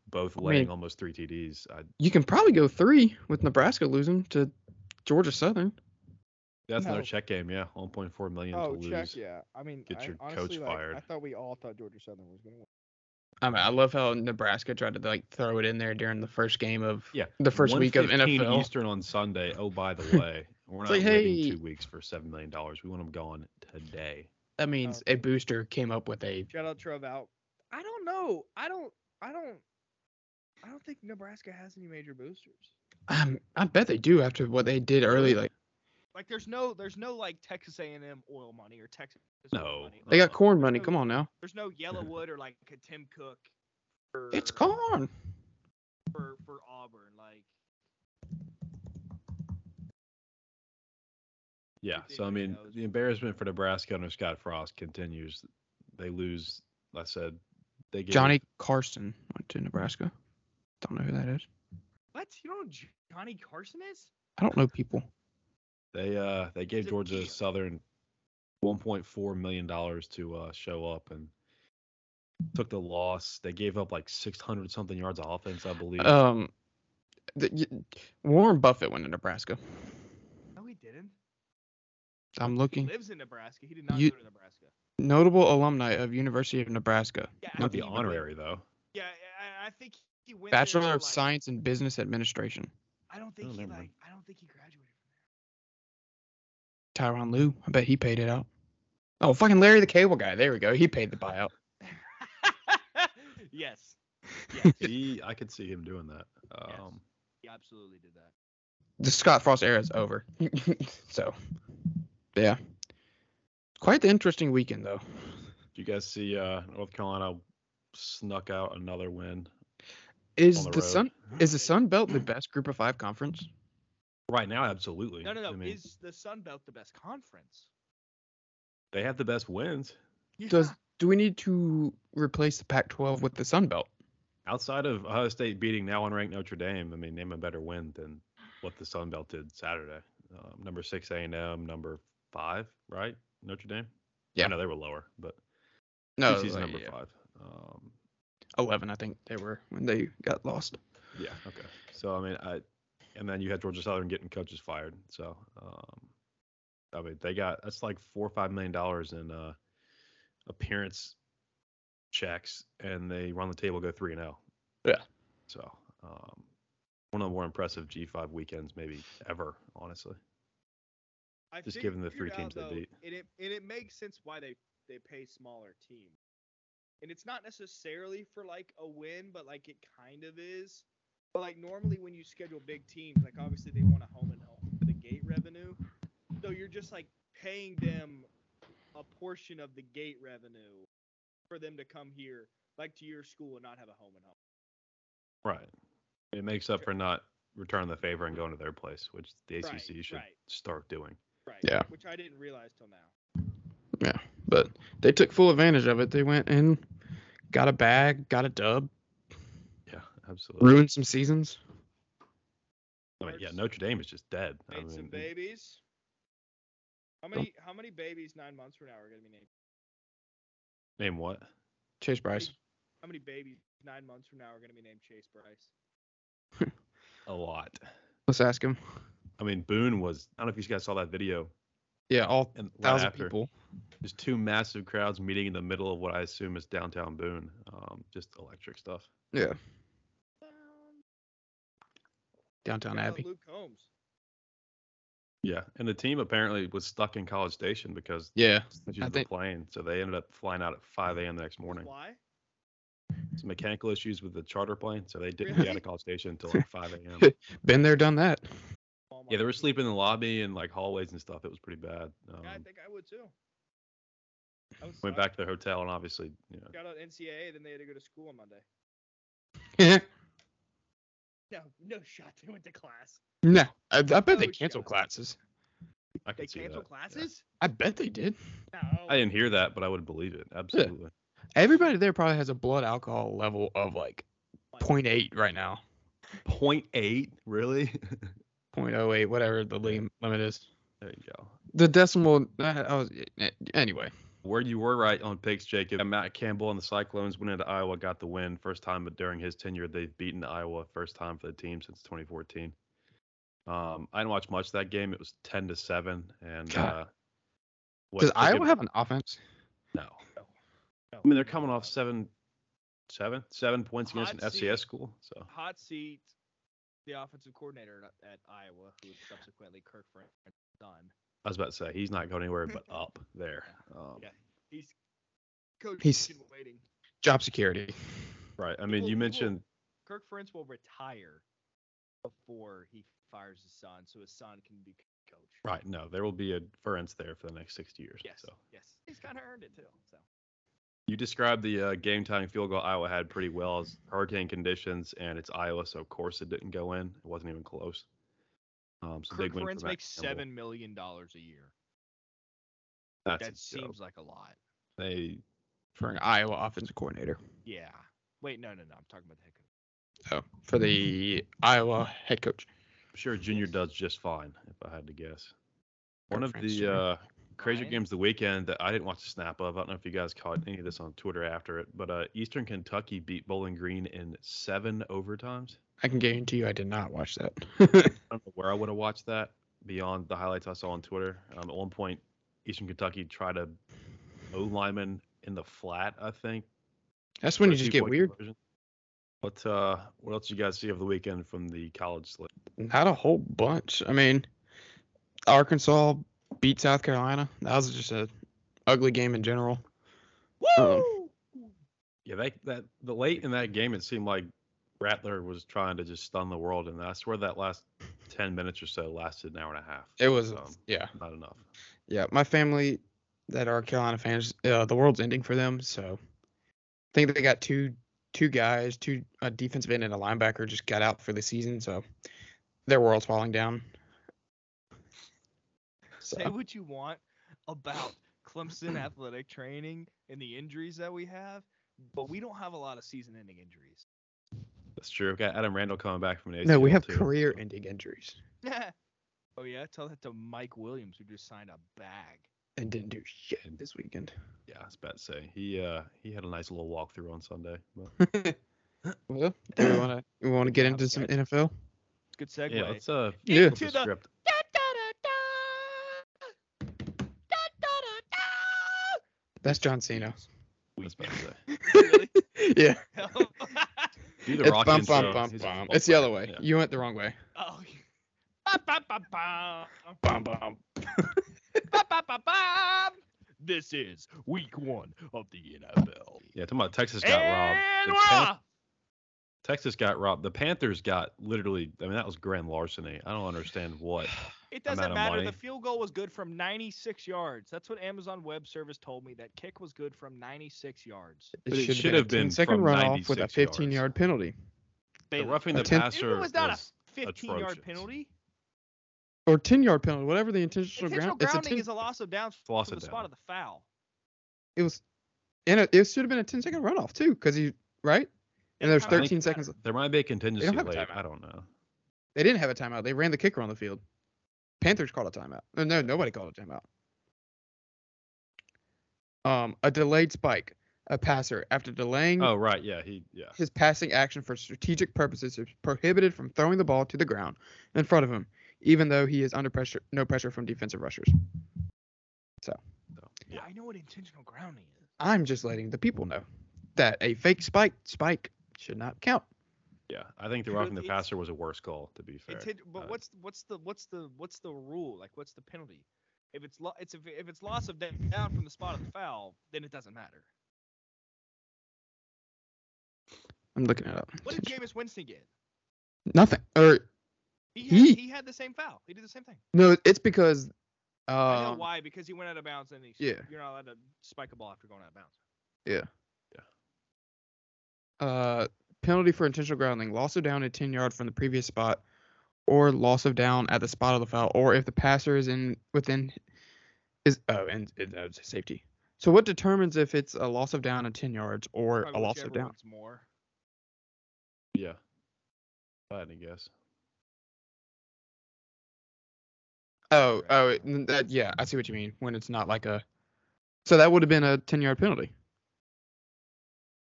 both
I
laying
mean-
almost three TDs. I,
You can probably go three with Nebraska losing to Georgia Southern.
that's
No.
another check game. Yeah, 1.4 million
Oh,
to lose.
check. Yeah. I mean,
Get
I,
your coach
honestly, like, I
fired.
thought we all thought Georgia Southern was gonna win.
I mean, I love how Nebraska tried to like throw it in there during the first game of
Yeah,
the first week of
1:15
NFL.
Eastern on Sunday. Oh, by the
(laughs)
way, we're
It's
not
like, hey-
waiting two weeks for seven million dollars. We want them gone today.
That means a booster came up with a
Shout out Trev out. I don't know. I don't. I don't. I don't think Nebraska has any major boosters.
Um, I bet they do after what they did early. Like
Like, there's no, there's no like Texas A&M oil money or Texas. oil
No.
money.
they got
Uh,
corn money. Come on now,
There's no Yellowwood or like a Tim Cook. For,
it's corn.
for for Auburn. Like,
Yeah. So I
Ridiculous.
mean, the embarrassment for Nebraska under Scott Frost continues. They lose. I said they gave
Johnny Carson went to Nebraska. Don't know who that is.
what? You don't know who Johnny Carson is?
I don't know people.
They uh they gave
It's a
Georgia
deal.
Southern 1.4 million dollars to uh, show up and took the loss. They gave up like 600 something yards of offense, I believe.
Oh,
Um, the, y- Warren Buffett went to Nebraska.
No, he didn't.
I'm looking.
lives in Nebraska. He did not
You-
go to Nebraska.
Notable alumni of University of Nebraska.
Yeah, I
Not the
think he went-
honorary though.
Yeah, I, I think he went. there
Bachelor
for,
of
like-
Science in Business Administration.
I don't
Oh,
think he
never
like.
mind.
I don't think he graduated.
Tyron Lue. I bet he paid it out. Oh, fucking Larry the Cable Guy. There we go. He paid the buyout.
from
(laughs)
there. (laughs) yes. (laughs) Yes.
He, I could see him doing that. Um,
He absolutely did that.
the Scott Frost era is over. (laughs) so, yeah. Quite the interesting weekend, though.
Do you guys see uh, North Carolina snuck out another win?
Is
the
the,
road.
Sun is the Sun Belt the best Group of Five conference?
Right now, absolutely.
No, no, no.
I mean,
Is the Sun Belt the best conference?
they have the best wins
Does do we need to replace the Pac-12 with the Sun Belt?
outside of Ohio State beating now unranked Notre Dame. I mean, name a better win than what the Sun Belt did Saturday. Um, number six A and M, number five, right? Notre Dame.
Yeah.
I know they were lower, but
No,
UC 's
like,
number
yeah,
five. Um,
Eleven, I think they were when they got lost.
Yeah. Okay. So I mean, I, and then you had Georgia Southern getting coaches fired. So, um, I mean, they got that's like four or five million dollars in uh, appearance checks, and they run the table go three and zero.
Yeah.
So, um, one of the more impressive G five weekends maybe ever, honestly.
I
Just given the
figured
three
out,
teams they
though,
beat.
And it, and it makes sense why they, they pay smaller teams. And it's not necessarily for like a win, but like it kind of is. But like normally when you schedule big teams, like obviously they want a home and home for the gate revenue. So you're just like paying them a portion of the gate revenue for them to come here, like to your school and not have a home and home.
Right. It makes up for not returning the favor and going to their place, which the ACC
Right,
should
right.
start doing.
Right.
Yeah.
Which I didn't realize till now.
But they took full advantage of it. They went in, got a bag, got a dub,
Yeah, absolutely.
ruined some seasons.
I mean, yeah, Notre Dame is just dead. I
Made some
mean, Oh.
babies. How many how many babies nine months from now are gonna be named?
name what?
Chase Bryce.
How many babies nine months from now are gonna be named Chase Bryce?
A lot.
Let's ask him.
I mean, Boone was. I don't know if you guys saw that video.
Yeah, all
And right
thousand
after,
people.
there's two massive crowds meeting in the middle of what I assume is downtown Boone. Um, just electric stuff.
Yeah,
Down
downtown Abbey.
Luke Combs.
Yeah, and the team apparently was stuck in College Station because
Yeah,
she's been
think-
playing, so they ended up flying out at 5 a.m. the next morning.
Why?
Some mechanical issues with the charter plane, so they didn't get out
Really?
of College Station until like 5
(laughs)
a.m.
been there, done that. (laughs)
Walmart.
yeah, they were sleeping in the lobby and like hallways and stuff. It was pretty bad. Um,
Yeah, I think I would too. I was
went back to the hotel and obviously, you know,
Got out NCAA, then they had to go to school on Monday. No, no shot. They went to class.
no, I, I bet they
Oh,
canceled
shut up.
classes.
I could
They
see
canceled
that. yeah.
classes?
I bet they did.
No.
I didn't hear that, but I would believe it. Absolutely.
Everybody there probably has a blood alcohol level of like 0.8 right now,
Point eight,
(laughs)
really?
0.08, whatever the league limit is.
there you go.
The decimal. Uh, I was, eh, anyway,
Where you were right on picks, Jacob. And Matt Campbell and the Cyclones went into Iowa, got the win. First time during his tenure, they've beaten Iowa. First time for the team since 2014. Um, I didn't watch much of that game. It was 10 to seven, and
God.
uh, what
does
took
Iowa
it-
have an offense?
No,
No,
I mean they're
no,
coming
no.
off seven, seven, seven points against
Hot
an FCS
seat.
school. So
hot seat, the offensive coordinator at- at Iowa, who was subsequently Kirk Frank done.
I was about to say he's not going
(laughs)
anywhere but up there. Um,
Yeah. He's coach
He's-
in waiting.
Job security.
Right. I mean,
will- he
you
will-
mentioned
Kirk Ferentz will retire before he fires his son, so his son can be coach.
Right. No, there will be a Ferentz there for the next 60 years.
Yes.
So
Yes. He's kind of earned it too. So
you described the uh, game tying field goal Iowa had pretty well as hurricane conditions, and it's Iowa, so of course it didn't go in. It wasn't even close. Um, so
Kirk
big win for
Ferentz
Matt
makes
Campbell.
seven million dollars a year.
That's
that
a joke.
seems like a lot.
They
for an Iowa offensive coordinator.
Yeah. Wait, no, no, no. I'm talking about the head coach.
Oh, for the
Mm-hmm.
Iowa head coach.
I'm sure Junior does just fine, if I had to guess.
Kirk
One of
Ferentz,
the
sorry.
uh, crazier
Ryan?
games of the weekend that I didn't watch a snap of. I don't know if you guys caught any of this on Twitter after it, but uh, Eastern Kentucky beat Bowling Green in seven overtimes.
I can guarantee you, I did not watch that.
I don't know where I would have watched that beyond the highlights I saw on Twitter. Um, at one point, Eastern Kentucky tried a O lineman in the flat, I think.
That's when
for
you
a
just get
two-point
weird.
conversion. What uh, what else you guys see over the weekend from the college slate?
Not a whole bunch. I mean, Arkansas beat South Carolina. That was just a ugly game in general.
Um,
Woo!
Yeah, that that the late in that game, it seemed like Rattler was trying to just stun the world, and I swear that last ten minutes or so lasted an hour and a half.
It was,
Um,
yeah,
not enough.
yeah. My family that are Carolina fans, uh, the world's ending for them. So I think they got two two guys, two a defensive end and a linebacker just got out for the season, so their world's falling down.
Say what you want about Clemson
(clears throat)
athletic training and the injuries that we have, but we don't have a lot of season-ending injuries.
That's true. We've got Adam Randall coming back from an ACL.
No, we have
too.
career-ending injuries
(laughs) oh yeah, tell that to Mike Williams who just signed a bag.
and didn't do shit this weekend.
Yeah, I was about to say he uh he had a nice little walkthrough on Sunday. But
Well, do we (clears throat) want to we want to get into some NFL?
Good segue.
yeah, let's uh
Yeah.
flip
Into
the
the-
script.
Da, da, da, da. Da, da, da,
That's John
(laughs)
Cena. (laughs)
I
(laughs)
was about to say.
da. (laughs) Really?
yeah.
(laughs) Do the
It's
Rock
bum,
intro.
bum, bum,
He's a
bum.
football
It's the
player.
other way.
Yeah.
You went the wrong way.
oh. Ba, ba, ba, ba.
Bum, bum.
Ba, ba, ba, ba. This is week one of the NFL.
Yeah, talking about Texas got robbed.
And
The
we're
Pan-
off.
Texas got robbed. The Panthers got literally. I mean, that was grand larceny. I don't understand
(sighs)
what.
It
I'm out
doesn't
of
matter.
money.
The field goal was good from 96 yards. That's what Amazon Web Service told me. That kick was good from 96 yards.
It
But it
should
should
have
have been
been a 10 second
from
runoff with a
96
15
yards.
yard penalty
The
Bailey.
roughing the
A tenth-
It
passer
was not
was
a 15 yard
atrocious.
penalty.
or 10 yard penalty, whatever the intentional,
Intentional
ground.
grounding
it's a 10,
is a loss of downs
loss
from
of
the spot
down.
of the foul.
it was, and it, it should have been a 10 second runoff too, because you right, and there's
timeout
13
doesn't
seconds.
There might be a contingency
have a
late.
timeout.
I don't know.
They didn't have a timeout. They ran the kicker on the field. Panthers called a timeout. No, no, nobody called a timeout. Um, a delayed spike, a passer after delaying
Oh right, yeah, he yeah.
his passing action for strategic purposes is prohibited from throwing the ball to the ground in front of him, even though he is under pressure, no pressure from defensive rushers.
So,
Yeah,
yeah.
I know what intentional grounding is.
I'm just letting the people know that a fake spike spike should not count.
Yeah, I think the
Dude,
roughing the
it's-
passer was a worse call, to be fair.
Inten- but
Uh,
what's what's the what's the what's the rule? Like what's the penalty? If it's lo- it's if, if it's loss of da- down from the spot of the foul, then it doesn't matter.
I'm looking it up.
What did Jameis Winston get?
Nothing. Or
He
He-
had, he had the same foul. He did the same thing.
no, it's because
I know
uh,
why because he went out of bounds and he,
yeah.
you're not allowed to spike a ball after going out of bounds.
uh penalty for intentional grounding, loss of down at 10 yard from the previous spot, or loss of down at the spot of the foul, or if the passer is in within is oh and it, uh, safety. So what determines if it's a loss of down at 10 yards or
Probably
a loss of
whichever
down?
one's more.
Yeah. I had to guess.
Oh, oh, it- n- that, yeah, I see what you mean. When it's not like a, so that would have been a 10 yard penalty.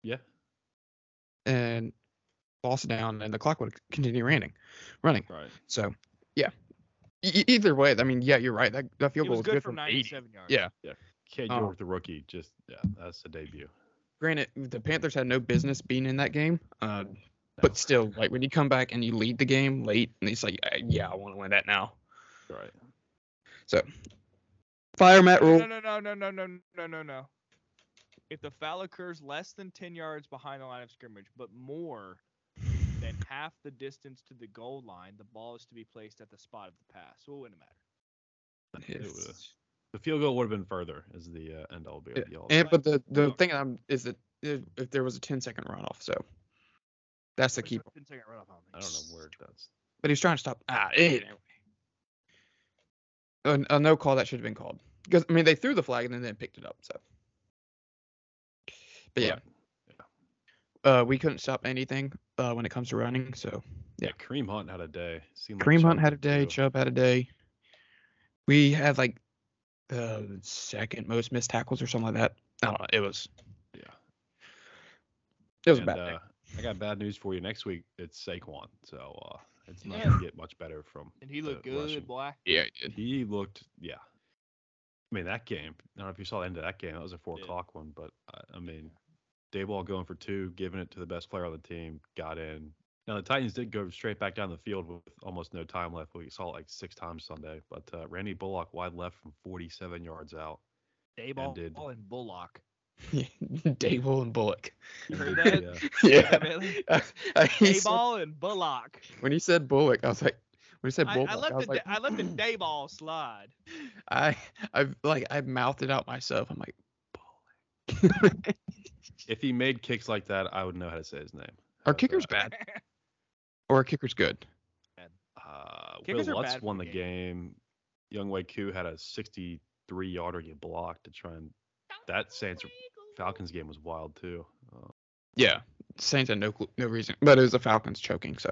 Yeah.
and lost down, and the clock would continue running, running.
Right.
So, yeah. E- e- either way, I mean, yeah, you're right. That that field
It
goal
was
was
good,
good
from
from 80.
97 yards.
Yeah.
Kid
Oh.
York, the rookie, just yeah, that's the debut.
Granted, the Panthers had no business being in that game, uh,
No.
but still, like when you come back and you lead the game late, and he's like, "Uh, yeah, I want to win that now.
Right.
Fire Matt
No,
Rule.
no, no, no, no, no, no, no, no, no. If the foul occurs less than 10 yards behind the line of scrimmage, but more than half the distance to the goal line, the ball is to be placed at the spot of the pass. So it wouldn't matter.
It was- the field goal would have been further is the uh, end all be
Yeah,
all.
And but the the
Okay.
thing I'm, is that if if there was a 10 second runoff, so that's the
Wait,
key.
so 10 second runoff, I don't think.
I don't know where that's
But he's trying to stop. Ah, anyway. A, a no call that should have been called because I mean they threw the flag and then they picked it up. So, but yeah,
Right.
uh, we couldn't stop anything uh, when it comes to running. So
Yeah.
Yeah.
Kareem Hunt had a day. Seemed like
Kareem
Chubb
Hunt had a
did
day.
too.
Chubb had a day. We had like the second most missed tackles or something like that. I don't know. It was
Yeah.
it was
and,
a bad day.
uh, I got bad news for you. Next week it's Saquon, so uh, it's not
Yeah.
gonna get much better from.
And he looked
the
good,
rushing.
boy.
Yeah,
He looked, yeah. I mean that game. I don't know if you saw the end of that game. That was a four
Yeah.
o'clock one, but uh, I, I mean, Dayball going for two, giving it to the best player on the team, got in. Now the Titans did go straight back down the field with almost no time left. We saw it like six times Sunday, but uh, Randy Bullock wide left from 47 yards out.
Dayball
did.
Ball and Bullock.
(laughs) Dable and Bullock.
You
And
heard
did
that?
the, uh,
(laughs)
Yeah,
Bailey?
I, (laughs) I, he said-
Dayball and Bullock.
when he said Bullock, I was like, when he said
I,
Bullock,
I
I,
left
was
the
like,
da- I left the Dayball slide.
(laughs) I I've like I mouthed it out myself. I'm like,
if he made kicks like that, I would know how to say his name.
Are
How's
kickers
that?
bad or are kickers good?
Uh,
Kickers are
Will Lutz
bad for
won
the
the game. Young Wei Koo had a 63 yarder get blocked to try and that Saints Falcons game was wild too. Uh,
Yeah. Saints had no clue, no reason, but it was the Falcons choking. So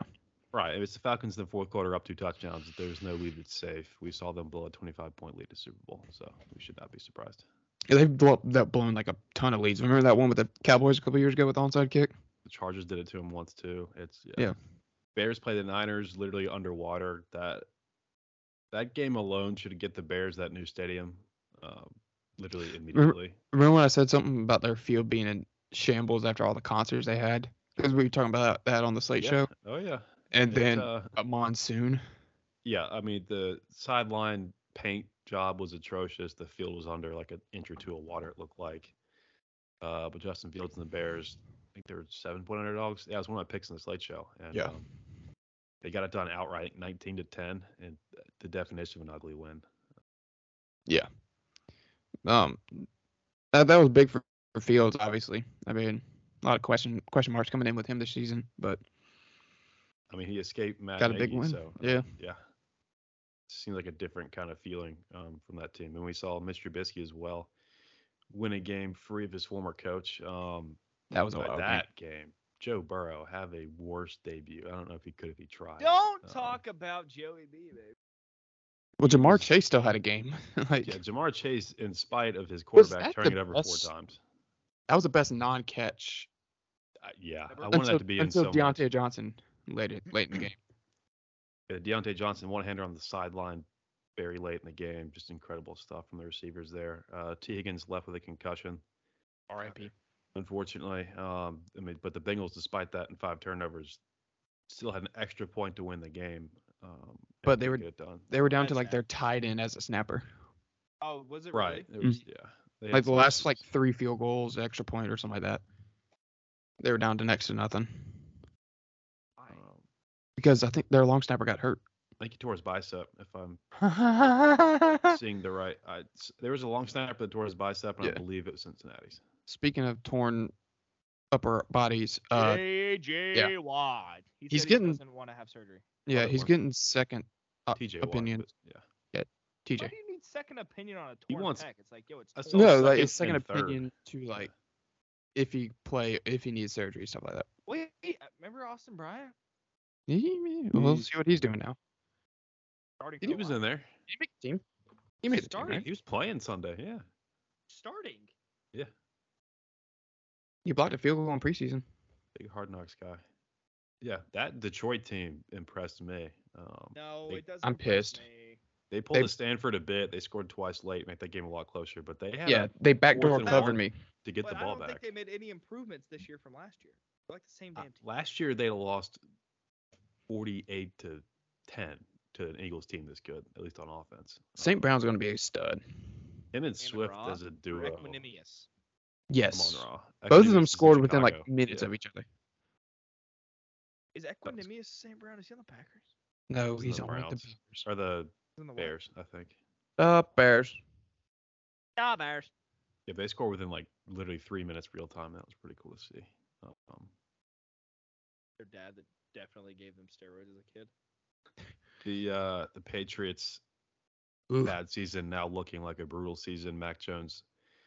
right, it was the Falcons in the fourth quarter up two touchdowns. There was no lead that's safe. We saw them blow a 25 point lead to Super Bowl, so we should not be surprised.
they've blown, that blown like a ton of leads. Remember that one with the Cowboys a couple years ago with the onside kick?
The Chargers did it to him once too. It's yeah.
Yeah.
Bears play the Niners literally underwater. That that game alone should get the Bears that new stadium, um, literally immediately.
Remember when I said something about their field being in shambles after all the concerts they had? Because we were talking about that on the Slate
Yeah.
show,
Oh yeah.
and
It's,
then
uh,
a monsoon.
yeah, I mean the sideline paint job was atrocious. The field was under like an inch or two of water. It looked like. Uh, but Justin Fields and the Bears, I think they were seven point underdogs. Yeah, it was one of my picks in the Slate show. And,
Yeah.
um, they got it done outright, nineteen to ten, and uh, the definition of an ugly win.
Um, that, that was big for, for Fields, obviously. I mean, a lot of question question marks coming in with him this season, but
I mean, he escaped Matt.
got a big
Nagy,
win.
So
yeah,
yeah, seems like a different kind of feeling um, from that team. And we saw Mr. Trubisky as well win a game free of his former coach. Um,
that was a
But
wild game.
that game, Joe Burrow have a worse debut. I don't know if he could if he tried.
Don't
Uh,
Uh-huh.
talk about Joey B, baby.
Well, Jamar Chase still had a game. (laughs) like
Yeah, Jamar Chase, in spite of his
Was that
quarterback turning
the
it over
best-
four times.
that was the best non-catch
Uh, yeah, I
Until-
wanted that to be in
until
so
Deontay Johnson late in- late in the
(clears throat)
game.
Yeah, Deontay Johnson, one hander on the sideline, very late in the game. Just incredible stuff from the receivers there. Uh, T Higgins left with a concussion.
R.I.P.
unfortunately. Um, I mean, but the Bengals, despite that and five turnovers, still had an extra point to win the game. Um, and
But they
couldn't
were-
get it done.
They were down to
That's
like
bad.
their tied in as a snapper.
Oh, was it
right.
Really?
It was, yeah. They had
Mm. Like the
some
last like
issues.
three field goals, extra point or something like that. They were down to next to nothing
Why?
Um,
because I think their long snapper got hurt.
I think he tore his bicep. If I'm
Uh-huh.
(laughs)
seeing the right, I, s- there was a long snapper that tore his bicep, and I
Ah. Yeah.
believe it was Cincinnati's.
Speaking of torn upper bodies, uh,
J.J. Watt. He
He's
said
getting-
He doesn't want to have surgery.
yeah,
other
he's
one.
getting second. Uh,
TJ Watt,
opinion.
but- yeah.
TJ.
Why do you need second opinion on a torn
wants-
pec? It's like, yo, it's
I saw
torn.
No,
second
like it's second
and third.
opinion to like if he play if he needs surgery stuff like that.
Wait, remember Austin Bryant?
We'll see what he's doing now.
Starting.
He
for a
was
while.
in there.
He made the team. He made the team,
Starting.
right?
He was playing Sunday. Yeah.
Starting.
He blocked a field goal in preseason.
Big hard knocks guy. Yeah, that Detroit team impressed me. Um,
No,
They-
it doesn't.
I'm
impress
pissed.
me.
They pulled
They-
the Stanford a bit. They scored twice late, make that game a lot closer. But they had
Yeah,
yeah.
they backdoor
and
covered
one.
me.
to get
but
the
I
ball
don't
back.
think they made any improvements this year from last year. They're like the same
Uh,
damn team.
last year they lost 48 to 10 to an Eagles team that's good, at least on offense.
St.
Um,
Brown's going to be a stud.
Him and Swift
Ra,
as a duo.
uh,
Rick
come
Monimius.
Yes.
on,
Both
Ra.
of
Equinemius
them
is in
scored within like
Chicago.
minutes
Yeah.
of each other.
Is Equinemius St. Brown? Is he on the Packers?
No,
Those are
he's
the
on with the
Browns. Or the
He's on the what?
Bears, I think.
uh, Bears.
Nah, Bears.
Yeah, they scored within like literally three minutes real time. That was pretty cool to see. Um,
Their dad that definitely gave them steroids as a kid.
the uh, the Patriots
Ooh.
bad season now looking like a brutal season. Mac Jones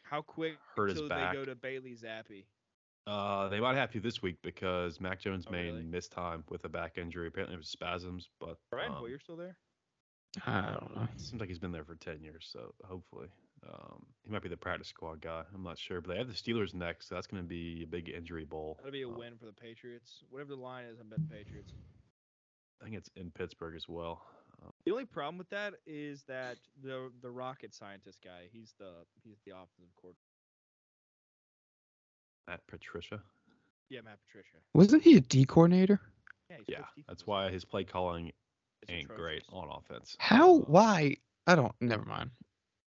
How quick
Hurt his
till
back.
they go to Bailey Zappi?
Uh, they might have to this week because Mac Jones
Oh,
may
really?
miss time with a back injury. Apparently, it was spasms, but
Brian
um,
Hoyer still there?
I don't know.
it seems like he's been there for ten years. So hopefully, um, he might be the practice squad guy. I'm not sure, but they have the Steelers next, so that's going to be a big injury bowl.
That'll be a
Um,
win for the Patriots. Whatever the line is, I'm betting Patriots.
I think it's in Pittsburgh as well. Um,
The only problem with that is that the the rocket scientist guy, he's the he's the offensive coordinator.
Matt Patricia.
Yeah, Matt Patricia.
Wasn't he a D coordinator?
Yeah, he's
Yeah,
coached defense.
that's why his play calling
It's
ain't great
atrocious.
on offense.
How?
Um,
Why? I don't. Never mind.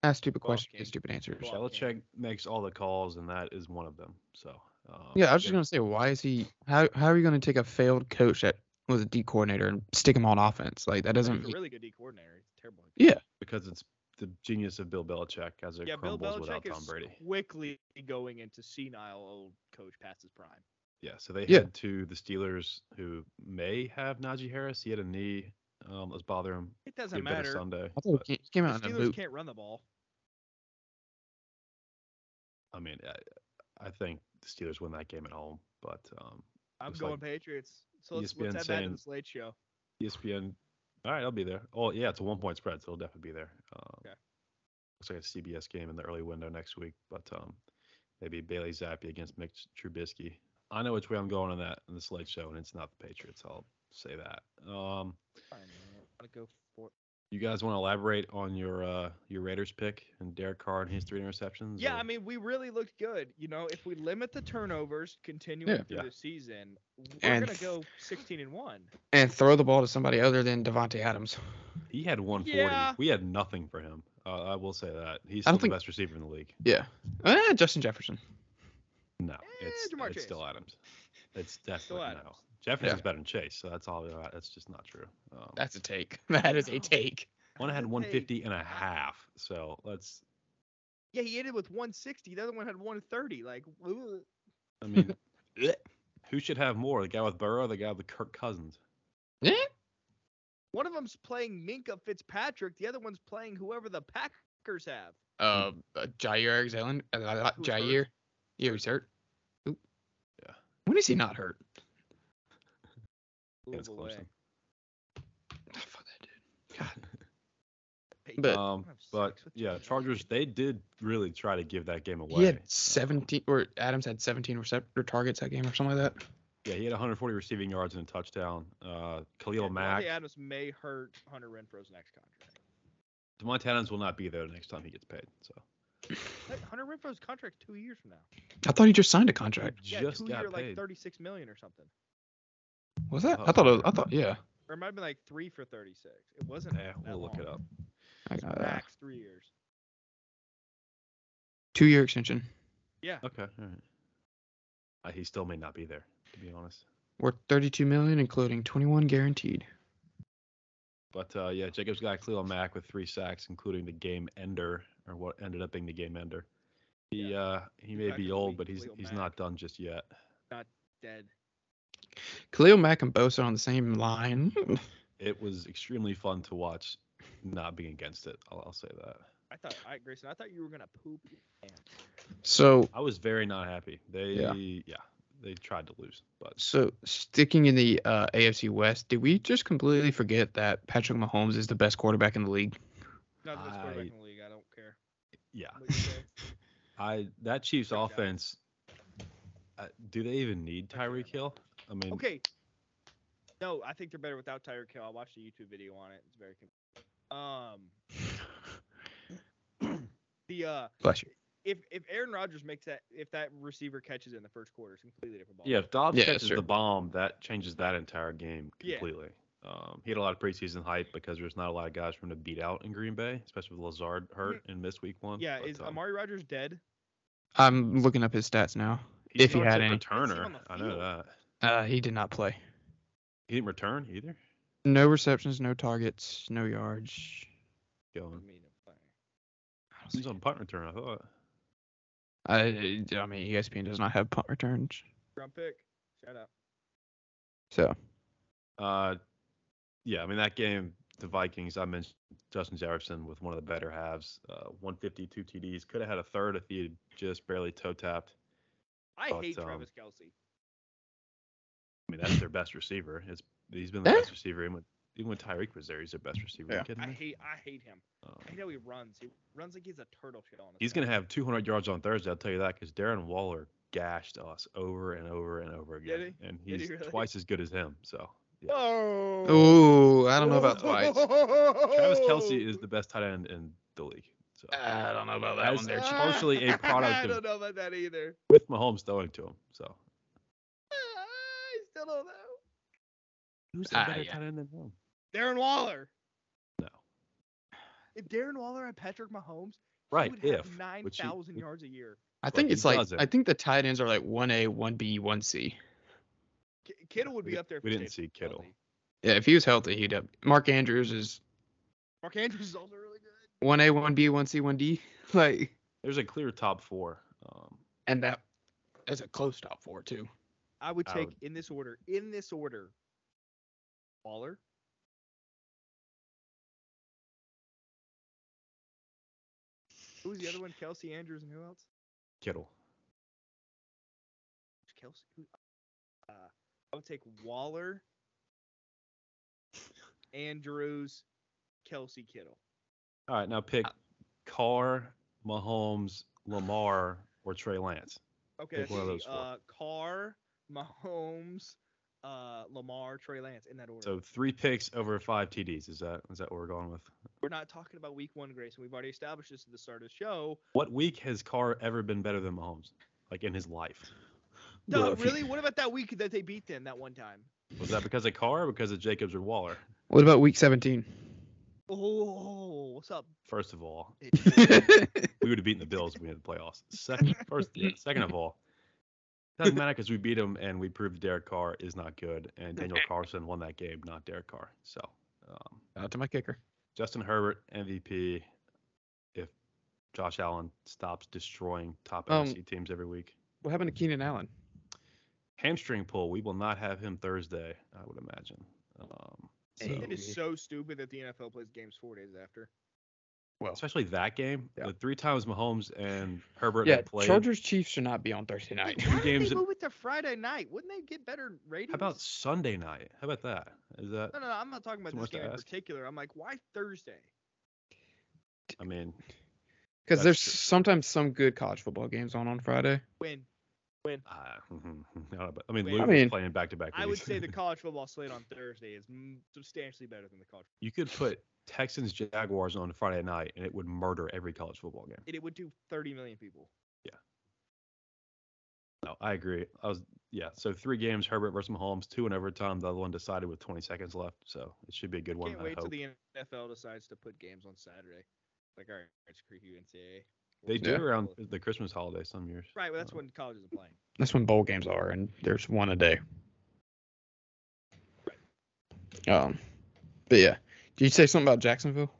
Ask stupid
Well,
questions,
okay.
get stupid answers.
Well, block
Belichick makes all the calls, and that is one of them. So. Um,
Yeah, I was just
yeah,
gonna say, why is he? How how are you gonna take a failed coach that was a D coordinator and stick him on offense? Like that doesn't.
He's a
make-
really good D coordinator. He's terrible.
Yeah.
because it's the genius of Bill Belichick as it
yeah, Bill
crumbles
Belichick
without Tom
is
Brady.
quickly going into senile old coach past his prime.
Yeah, so they
Yeah.
head to the Steelers, who may have Najee Harris. He had a knee um, that was bothering him.
It
He'll
doesn't
be better
matter.
Sunday.
I thought
but,
he ca- came
The
out in a boot.
Steelers can't run the ball.
I mean, I, I think the Steelers win that game at home, but um,
I'm
Looks
going
like E
Patriots. So let's,
ESPN
let's add that to
saying-
this late show.
E ESPN. All right, I'll be there. Oh yeah, it's a one point spread, so it'll definitely be there. Um,
Okay.
Looks like it's a CBS game in the early window next week, but um, maybe Bailey Zappi against Mitch Trubisky. I know which way I'm going on that in this late show, and it's not the Patriots. I'll say that. Um,
Fine, man. I'm gonna go for
you guys want to elaborate on your uh, your Raiders pick and Derek Carr and his three interceptions?
Yeah,
or-
I mean, we really looked good. You know, if we limit the turnovers continuing
Yeah.
through
Yeah.
the season, we're
And
gonna
f-
go 16 and one.
and throw the ball to somebody other than Devonte Adams.
he had 140.
Yeah.
We had nothing for him. Uh, I will say that he's
I don't
still the
think-
best receiver in the league.
Yeah. Eh, Justin Jefferson.
No,
Eh,
it's,
Jamar
it's
(laughs)
still Adams. It's definitely no.
Adams.
Jefferson's
Yeah.
better than Chase, so that's all. That's just not true. Um,
That's a take. (laughs) That is a
No.
take.
one had
Hey,
150 and a half, so let's.
Yeah, he ended with 160. The other one had 130. Like, ugh.
(laughs)
I mean, who should have more? The guy with Burrow, or the guy with Kirk Cousins.
Yeah.
one of them's playing Minka Fitzpatrick. The other one's playing whoever the Packers have.
Uh, uh, Jair Alexander. Uh, la- la-
Who's hurt?
Jair. Yeah, he's hurt. Oop.
Yeah.
When is he not hurt?
Move
Against
away.
Clemson.
Ah, fuck that dude. God.
Hey,
But-
um,
I'm
but
six with
yeah,
Jamar.
Chargers. They did really try to give that game away.
He had 17, or Adams had 17 receptor targets that game or something like that.
yeah, he had 140 receiving yards and a touchdown. Uh, Khalil
yeah, Devontae
Mack.
Adams may hurt Hunter Renfro's next contract.
Devontae Adams will not be there the next time he gets paid. So
Hey, Hunter Renfro's contract's two years from now.
I thought he just signed a contract.
He
Yeah,
just
two
got
year like
paid.
36 million or something.
Was that?
Oh,
I thought. It was, I thought. Yeah.
Or it might have been like three for 36. It wasn't.
Eh,
that
we'll look it
long.
up.
I got that.
Max three years.
Two year extension.
Yeah.
Okay, all right. Uh, he still may not be there, to be honest.
Worth 32 million, including 21 guaranteed.
But uh, yeah, Jacobs got Cleo Mack with three sacks, including the game ender, or what ended up being the game ender. He
Yeah.
uh, he
Good
may
back of
be
the
old,
week,
but he's
Khalil
he's
Mack.
not done just yet.
Dead.
Khalil Mack and Bosa on the same line.
It was extremely fun to watch, not being against it. I'll, I'll say that.
I thought, I, Grayson, I thought you were gonna poop. your pants.
So,
I was very not happy. They
Yeah.
yeah, they tried to lose, but
so sticking in the uh, AFC West, did we just completely forget that Patrick Mahomes is the best quarterback in the league?
Not the best quarterback
I-
in the league. I don't care.
yeah,
What you
(laughs)
say.
I that Chiefs
Great job.
offense. Uh, do they even need
I can't
Tyreek Hill? I mean,
okay. No, I think they're better without Tyreek Hill. I watched a YouTube video on it. It's very. Com- um.
(coughs)
the uh,
Bless you.
if if Aaron Rodgers makes that, if that receiver catches it in the first quarter, it's a completely different ball.
Yeah, if Dobbs
Yeah,
catches
sure.
the bomb, that changes that entire game
Yeah.
completely. Um, he had a lot of preseason hype because there's not a lot of guys for him to beat out in Green Bay, especially with Lazard hurt and missed week one.
Yeah.
But,
Is
um,
Amari Rodgers dead?
I'm looking up his stats now.
he's
if he
not a
had
tip
any.
on
returner,
the
I know
field.
that
Uh, he did not play.
he didn't return either.
No receptions, no targets, no yards.
I
Going,
mean, fine.
I don't
he's
see-
on punt return. I thought.
I, I mean, E ESPN does not have punt returns.
Round pick. Shout out.
So,
Uh, yeah, I mean that game, the Vikings. I mentioned Justin Jefferson with one of the better halves, uh, 152 TDs. Could have had a third if he had just barely toe tapped.
I
But,
hate
um,
Travis Kelsey.
I mean, that's their best receiver. It's he's been the
Yeah.
best receiver even when, even when Tyreek was there. He's their best receiver. Are
Yeah.
you kidding
I
me?
hate I hate him.
Um,
I know he runs. He runs like he's a turtle shell. On his
he's
back.
gonna have 200 yards on Thursday. I'll tell you that because Darren Waller gashed us over and over and over
Did
again, and
he
he's
really?
twice as good as him. So yeah.
Whoa.
oh, I don't know
(laughs)
about twice.
Travis Kelsey
(laughs)
is the best tight end in the league. So
I don't know about that
As-
one.
they're
There,
Ah. partially a product
I
of-
don't know about that either.
with Mahomes throwing to him, so
Ah, I still don't know.
who's
Ah,
a better
yeah.
tight end than him?
Darren Waller.
No,
If Darren Waller had Patrick Mahomes,
right?
he would
If
have
which
nine
he-
thousand yards a year.
I think
he
it's like
doesn't.
I think the tight ends are like one A, one B, one C.
K- Kittle would
we
be
di-
up there. If
we
he
didn't
stayed
see Kittle.
healthy.
Yeah, if he was healthy, he'd have. Mark Andrews is
Mark Andrews is also really good.
one A, one B, one C, one D. (laughs) Like,
There's a clear top four. Um,
and that is a close top four too.
I would
I
take
would-
in this order. In this order. Waller. Who was the other one? Kelsey Andrews and who else?
Kittle.
Kelsey. Who, uh, I would take Waller. Andrews, Kelsey Kittle.
All right, now pick
Ah.
Carr, Mahomes, Lamar, or Trey Lance.
Okay,
Pick
that's
one of
easy.
those four.
Uh, Carr, Mahomes, uh, Lamar, Trey Lance in that order.
So three picks over five TDs. Is that is that what we're going with?
We're not talking about Week One, Grayson. We've already established this at the start of the show.
What week has Carr ever been better than Mahomes? Like in his life?
No,
Look.
really? What about that week that they beat them that one time?
Was that because of Carr or because of Jacobs or Waller?
What about week (laughs) seventeen?
Oh, what's up?
First of all,
That's
we would have beaten the Bills if we had the playoffs. Second, first, yeah, second of all, doesn't matter because we beat them and we proved Derek Carr is not good, and Daniel Carlson won that game, not Derek Carr. So, um,
to my kicker.
Justin Herbert MVP. If Josh Allen stops destroying top
Um,
NFC teams every week,
What happened to Keenan Allen?
hamstring pull. We will not have him Thursday, I would imagine. Um, (laughs) so,
It is so stupid that the NFL plays games four days after.
Well,
especially that game,
Yeah.
the three times Mahomes and Herbert
yeah,
had played.
Chargers Chiefs should not be on Thursday
Wait,
night.
why did
games
they
in-
move it to Friday night? Wouldn't they get better ratings?
How about Sunday night? How about that? Is that?
No, no, no, I'm not talking about
Too
this
much to
game in
ask?
particular. I'm like, why Thursday?
I mean,
Because
That's
there's
true.
sometimes some good college football games on on Friday.
When
Uh, mhm, (laughs) I, don't know, but- I mean,
Wait,
Luke
I
was
mean-
playing back to back.
I would say the college football slate on Thursday is m- substantially better than the college.
you could put Texans Jaguars on Friday night, and it would murder every college football game.
And it would do 30 million people.
No, I agree. I was yeah. So three games: Herbert versus Mahomes, two in overtime. The other one decided with 20 seconds left, so it should be a good one.
Can't
I
wait till
hope.
the NFL decides to put games on Saturday. Like, all right, it's creepy NCAA.
they do
Yeah.
around the Christmas holiday some years.
Right, well, that's
Um,
when college isn't playing.
That's when bowl games are, and there's one a day. Um, but yeah, did you say something about Jacksonville?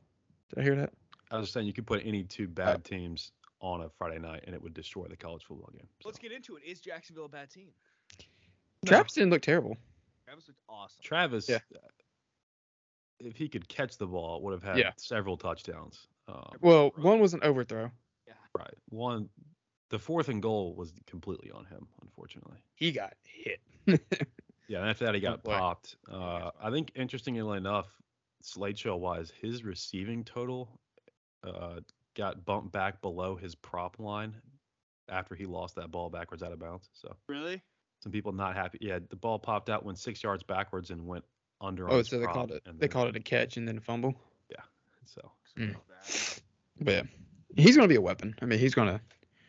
Did I hear that?
I was saying you could put any
Uh
two bad teams on a Friday night, and it would destroy the college football game. so.
Let's get into it. Is Jacksonville a bad team?
Travis didn't look terrible.
Travis looked awesome.
Travis,
Yeah.
uh, if he could catch the ball, would have had
Yeah.
several touchdowns. Um,
Well, one was an overthrow.
Right. One, the fourth and goal was completely on him, unfortunately.
He got hit. (laughs)
Yeah, and after that, he got
boy.
popped. Uh, I think, interestingly enough, slideshow wise, his receiving total uh, got bumped back below his prop line after he lost that ball backwards out of bounds. So
Really?
some people not happy. Yeah, the ball popped out, went six yards backwards, and went under. on
Oh,
his
so they
prop,
called it.
and
They
then-
called it a catch and then a fumble.
So.
Mm.
Love (laughs) that.
But yeah, he's gonna be a weapon. I mean, he's gonna.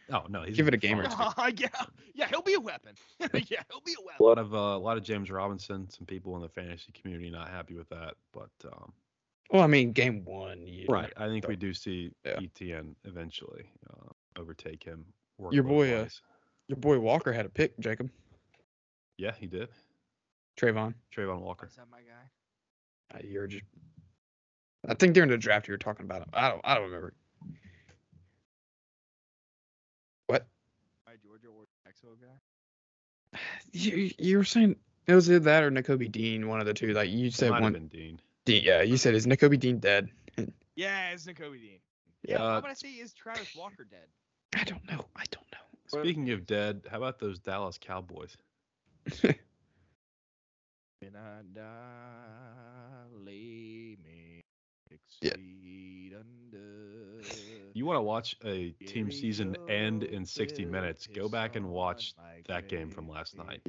Oh no, he's
Give
gonna
it a
be
game or
(laughs)
fine.
two.
yeah, yeah, he'll be a weapon. (laughs) yeah, he'll be a
A
weapon.
lot of uh, a lot of James Robinson. Some people in the fantasy community not happy with that, but um,
Well, I mean, game one. You
Right. I think
So-
we do see
Yeah.
ETN eventually uh, overtake him. work
Your
both
boy, uh,
ways.
Your boy Walker had a pick, Jacob
yeah, he did.
Trayvon.
Trayvon Walker.
Is that my guy?
Uh, You're just. I think during the draft you were talking about him. I don't. I don't remember. What?
My Georgia or Jacksonville guy?
You you were saying it was either that or Nicobe Dean, one of the two. Like you
It
said,
might have
one.
been Dean.
Dean, yeah, you said is Nicobe Dean dead?
Yeah, it's Nicobe Dean.
Yeah.
Yeah,
Uh,
how about I say is Travis Walker dead?
I don't know. I don't know.
Well-
Speaking of dead, how about those Dallas Cowboys?
(laughs) When I die, lay me six
Yeah.
feet under.
You want to watch a (laughs) team season
Jericho
end in 60
built
minutes? Go
his
back and
son
watch
like
that game from
me.
last night.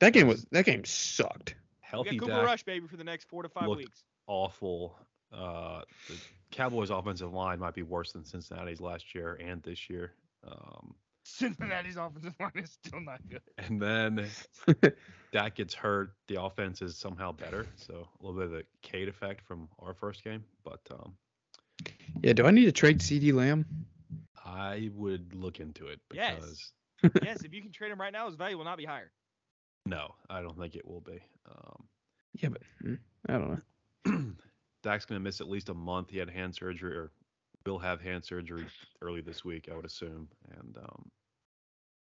That game was. That game sucked.
We got
Healthy
Cooper
Dak,
Rush, baby, for the next four to five
looked-
weeks.
awful. Uh, the Cowboys' offensive line might be worse than Cincinnati's last year and this year. Um, (laughs)
Cincinnati's offensive line is still not good.
and then Dak gets hurt, the offense is somehow better. So a little bit of the Cade effect from our first game, but um,
Yeah. Do I need to trade C.D. Lamb?
I would look into it
Yes.
because
(laughs) yes, if you can trade him right now, his value will not be higher.
no, I don't think it will be.
Yeah, but mm, I don't know.
(clears throat) Um, Dak's gonna miss at least a month. He had hand surgery or will have hand surgery early this week, I would assume. And um,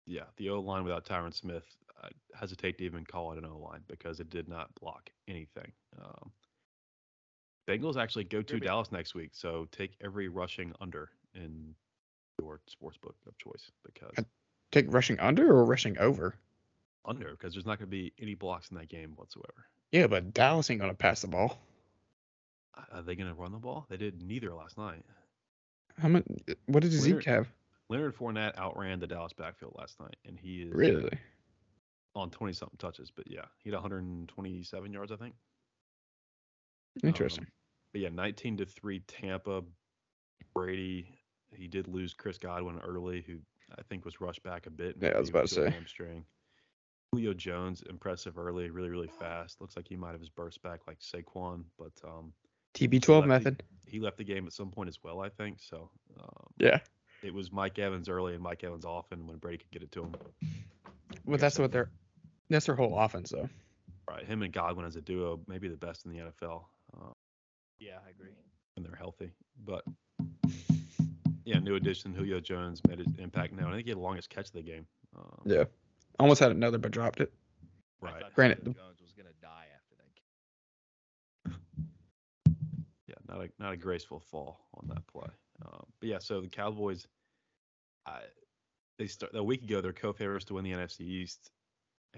yeah, the O line without Tyron Smith, I hesitate to even call it an O line because it did not block anything. Um, Bengals actually go to
Maybe-
Dallas next week, so take every rushing under in your sports book of choice because
I- Take rushing under or rushing over?
under because there's not going to be any blocks in that game whatsoever.
Yeah, but Dallas ain't gonna pass the ball.
Uh, Are they going to run the ball? They did neither last night.
How much? What did Zeke
Leonard-
have?
Leonard Fournette outran the Dallas backfield last night, and he is
Really?
on 20 something touches. But yeah, he had 127 yards, I think.
Interesting.
Um, but yeah, 19 to 3 Tampa. Brady, he did lose Chris Godwin early, who I think was rushed back a bit.
Yeah, I
maybe
was
with
about to say.
a Hamstring. Julio Jones, impressive early, really, really fast. Looks like he might have his burst back like Saquon, but um,
TB12
lefty.
method.
he left the game at some point as well, I think. So um,
Yeah.
it was Mike Evans early and Mike Evans often when Brady could get it to him.
Well, that's what they're. That's their whole offense, though.
Right, him and Godwin as a duo, maybe the best in the NFL. Um,
Yeah, I agree.
when they're healthy. But yeah, new addition Julio Jones made his impact now. and I think he had the longest catch of the game. Um,
Yeah. Almost had another, but dropped it.
I
Right.
thought
Granted,
Julio
the-
Jones was gonna die after that. kick.
Yeah, not a not a graceful fall on that play. Um, but yeah, so the Cowboys, I, they start a week ago they're co-favorites to win the NFC East,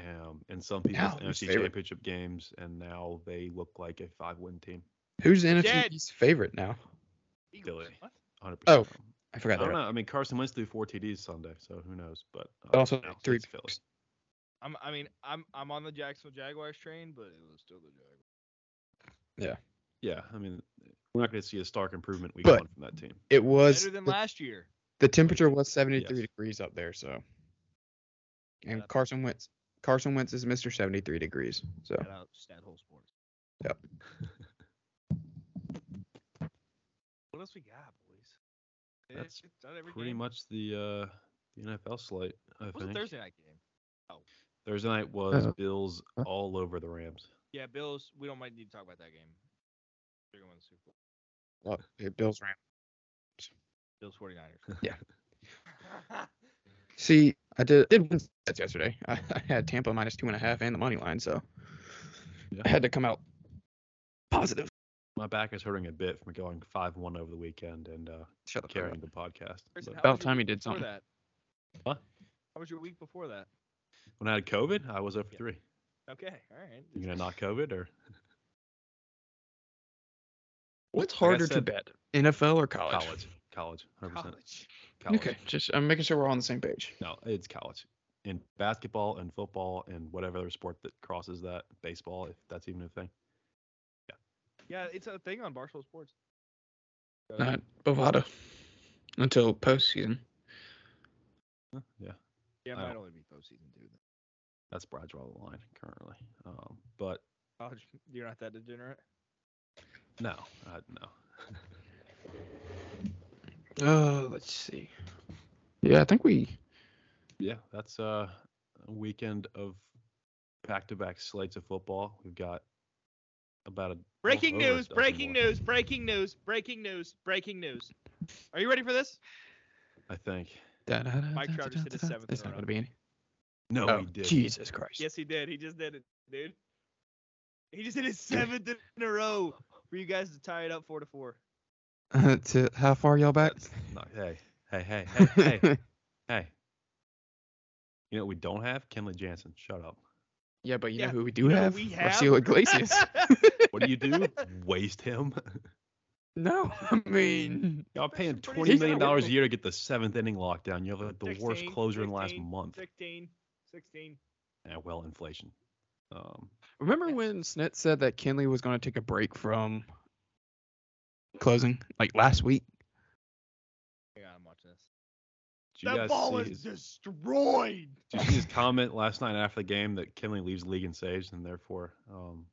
um, and some people's
Now who's
NFC
favorite?
Championship games, and now they look like a five-win team.
Who's the NFC
Dead.
East favorite now?
Eagles.
Dilly.
What?
100%.
Oh,
Um,
I
I
forgot
don't
that.
know. I mean, Carson Wentz threw four TDs Sunday, so who knows? But uh,
Also,
no,
three
it's Philly.
picks.
I'm. I mean, I'm. I'm on the Jacksonville Jaguars train, but it was still the Jaguars.
Yeah, I mean, we're not going to see a stark improvement week
But-
one from that team.
It was
Better than
the-
last year.
The temperature was 73
Yes.
degrees up there, so.
Yeah,
And
that's-
Carson Wentz, Carson Wentz is Mr. 73 degrees. So
Shout out Stat Hole Sports.
Yep.
(laughs) what else we got, boys?
That's
It's not every
Pretty
game.
much the uh, the NFL slate. I
What was the
think.
Thursday night game?
Thursday night was
Uh,
Bills
uh.
all over the Rams.
Yeah, Bills. We don't might need to talk about that game. They're going to win the Super Bowl.
look, it Bills ran.
Bills 49ers.
Yeah.
(laughs) I
See, I did did win sets yesterday. (laughs) I, I had Tampa minus two and a half and the money line, so
Yeah.
I had to come out positive.
My back is hurting a bit from going five one over the weekend and uh,
Shut the fuck
carrying
up.
the podcast.
Harrison, how-
But
was
About
your
time you did
before
something.
that.
What?
How was your week before that?
when I had COVID, I was over for
Yeah.
three.
Okay, all right.
You gonna
(laughs)
knock COVID or
What's
Like I
harder to
said,
bet, NFL or college?
college? College, hundred percent.
College.
College.
Okay, just I'm making sure we're all on the same page.
No, it's college. In basketball and football and whatever other sport that crosses that, baseball, if that's even a thing.
Yeah, it's a thing on Barstool Sports. So,
Not Bovada until postseason.
Huh, Yeah.
yeah, it
I
might
don't-
only be postseason two. Then.
That's where I draw the line currently. Um, but
College, (laughs) you're not that degenerate.
no, uh, no.
Uh, let's see. Yeah, I think we
Yeah, that's uh, a weekend of back-to-back slates of football. We've got about a
Breaking
over a
news!
dozen
Breaking
more,
news! Breaking news! Breaking news! Breaking news! Are you ready for this?
I think.
Mike Trout just hit his seventh
It's
in a
not going
row.
to be any.
No,
Oh,
we did.
Jesus Christ.
Yes, he did. He just did it, dude. He just hit his seventh in a row for you guys to tie it up four to four.
(laughs) to how far y'all back?
That's not, hey, hey, hey,
(laughs)
hey, hey, hey. You know what we don't have Kenley Jansen. Shut up.
yeah, but you
Yeah,
know who we do
know who
have?
we have?
Rocio
(laughs)
Iglesias.
What do you do? Waste him.
no, (laughs) I mean,
Y'all paying
Pretty
twenty million dollars a
solid.
year to get the seventh inning lockdown. You have the worst
16,
closer in the last
16,
month.
16, 16.
Yeah, well, inflation. Um,
remember
Yeah.
when Snit said that Kenley was going to take a break from closing, like last week?
Hang on, I'm watching this.
did you guys see his-
destroyed.
Did you see
(laughs)
his comment last night after the game that Kinley leaves the league and saves, and therefore, um,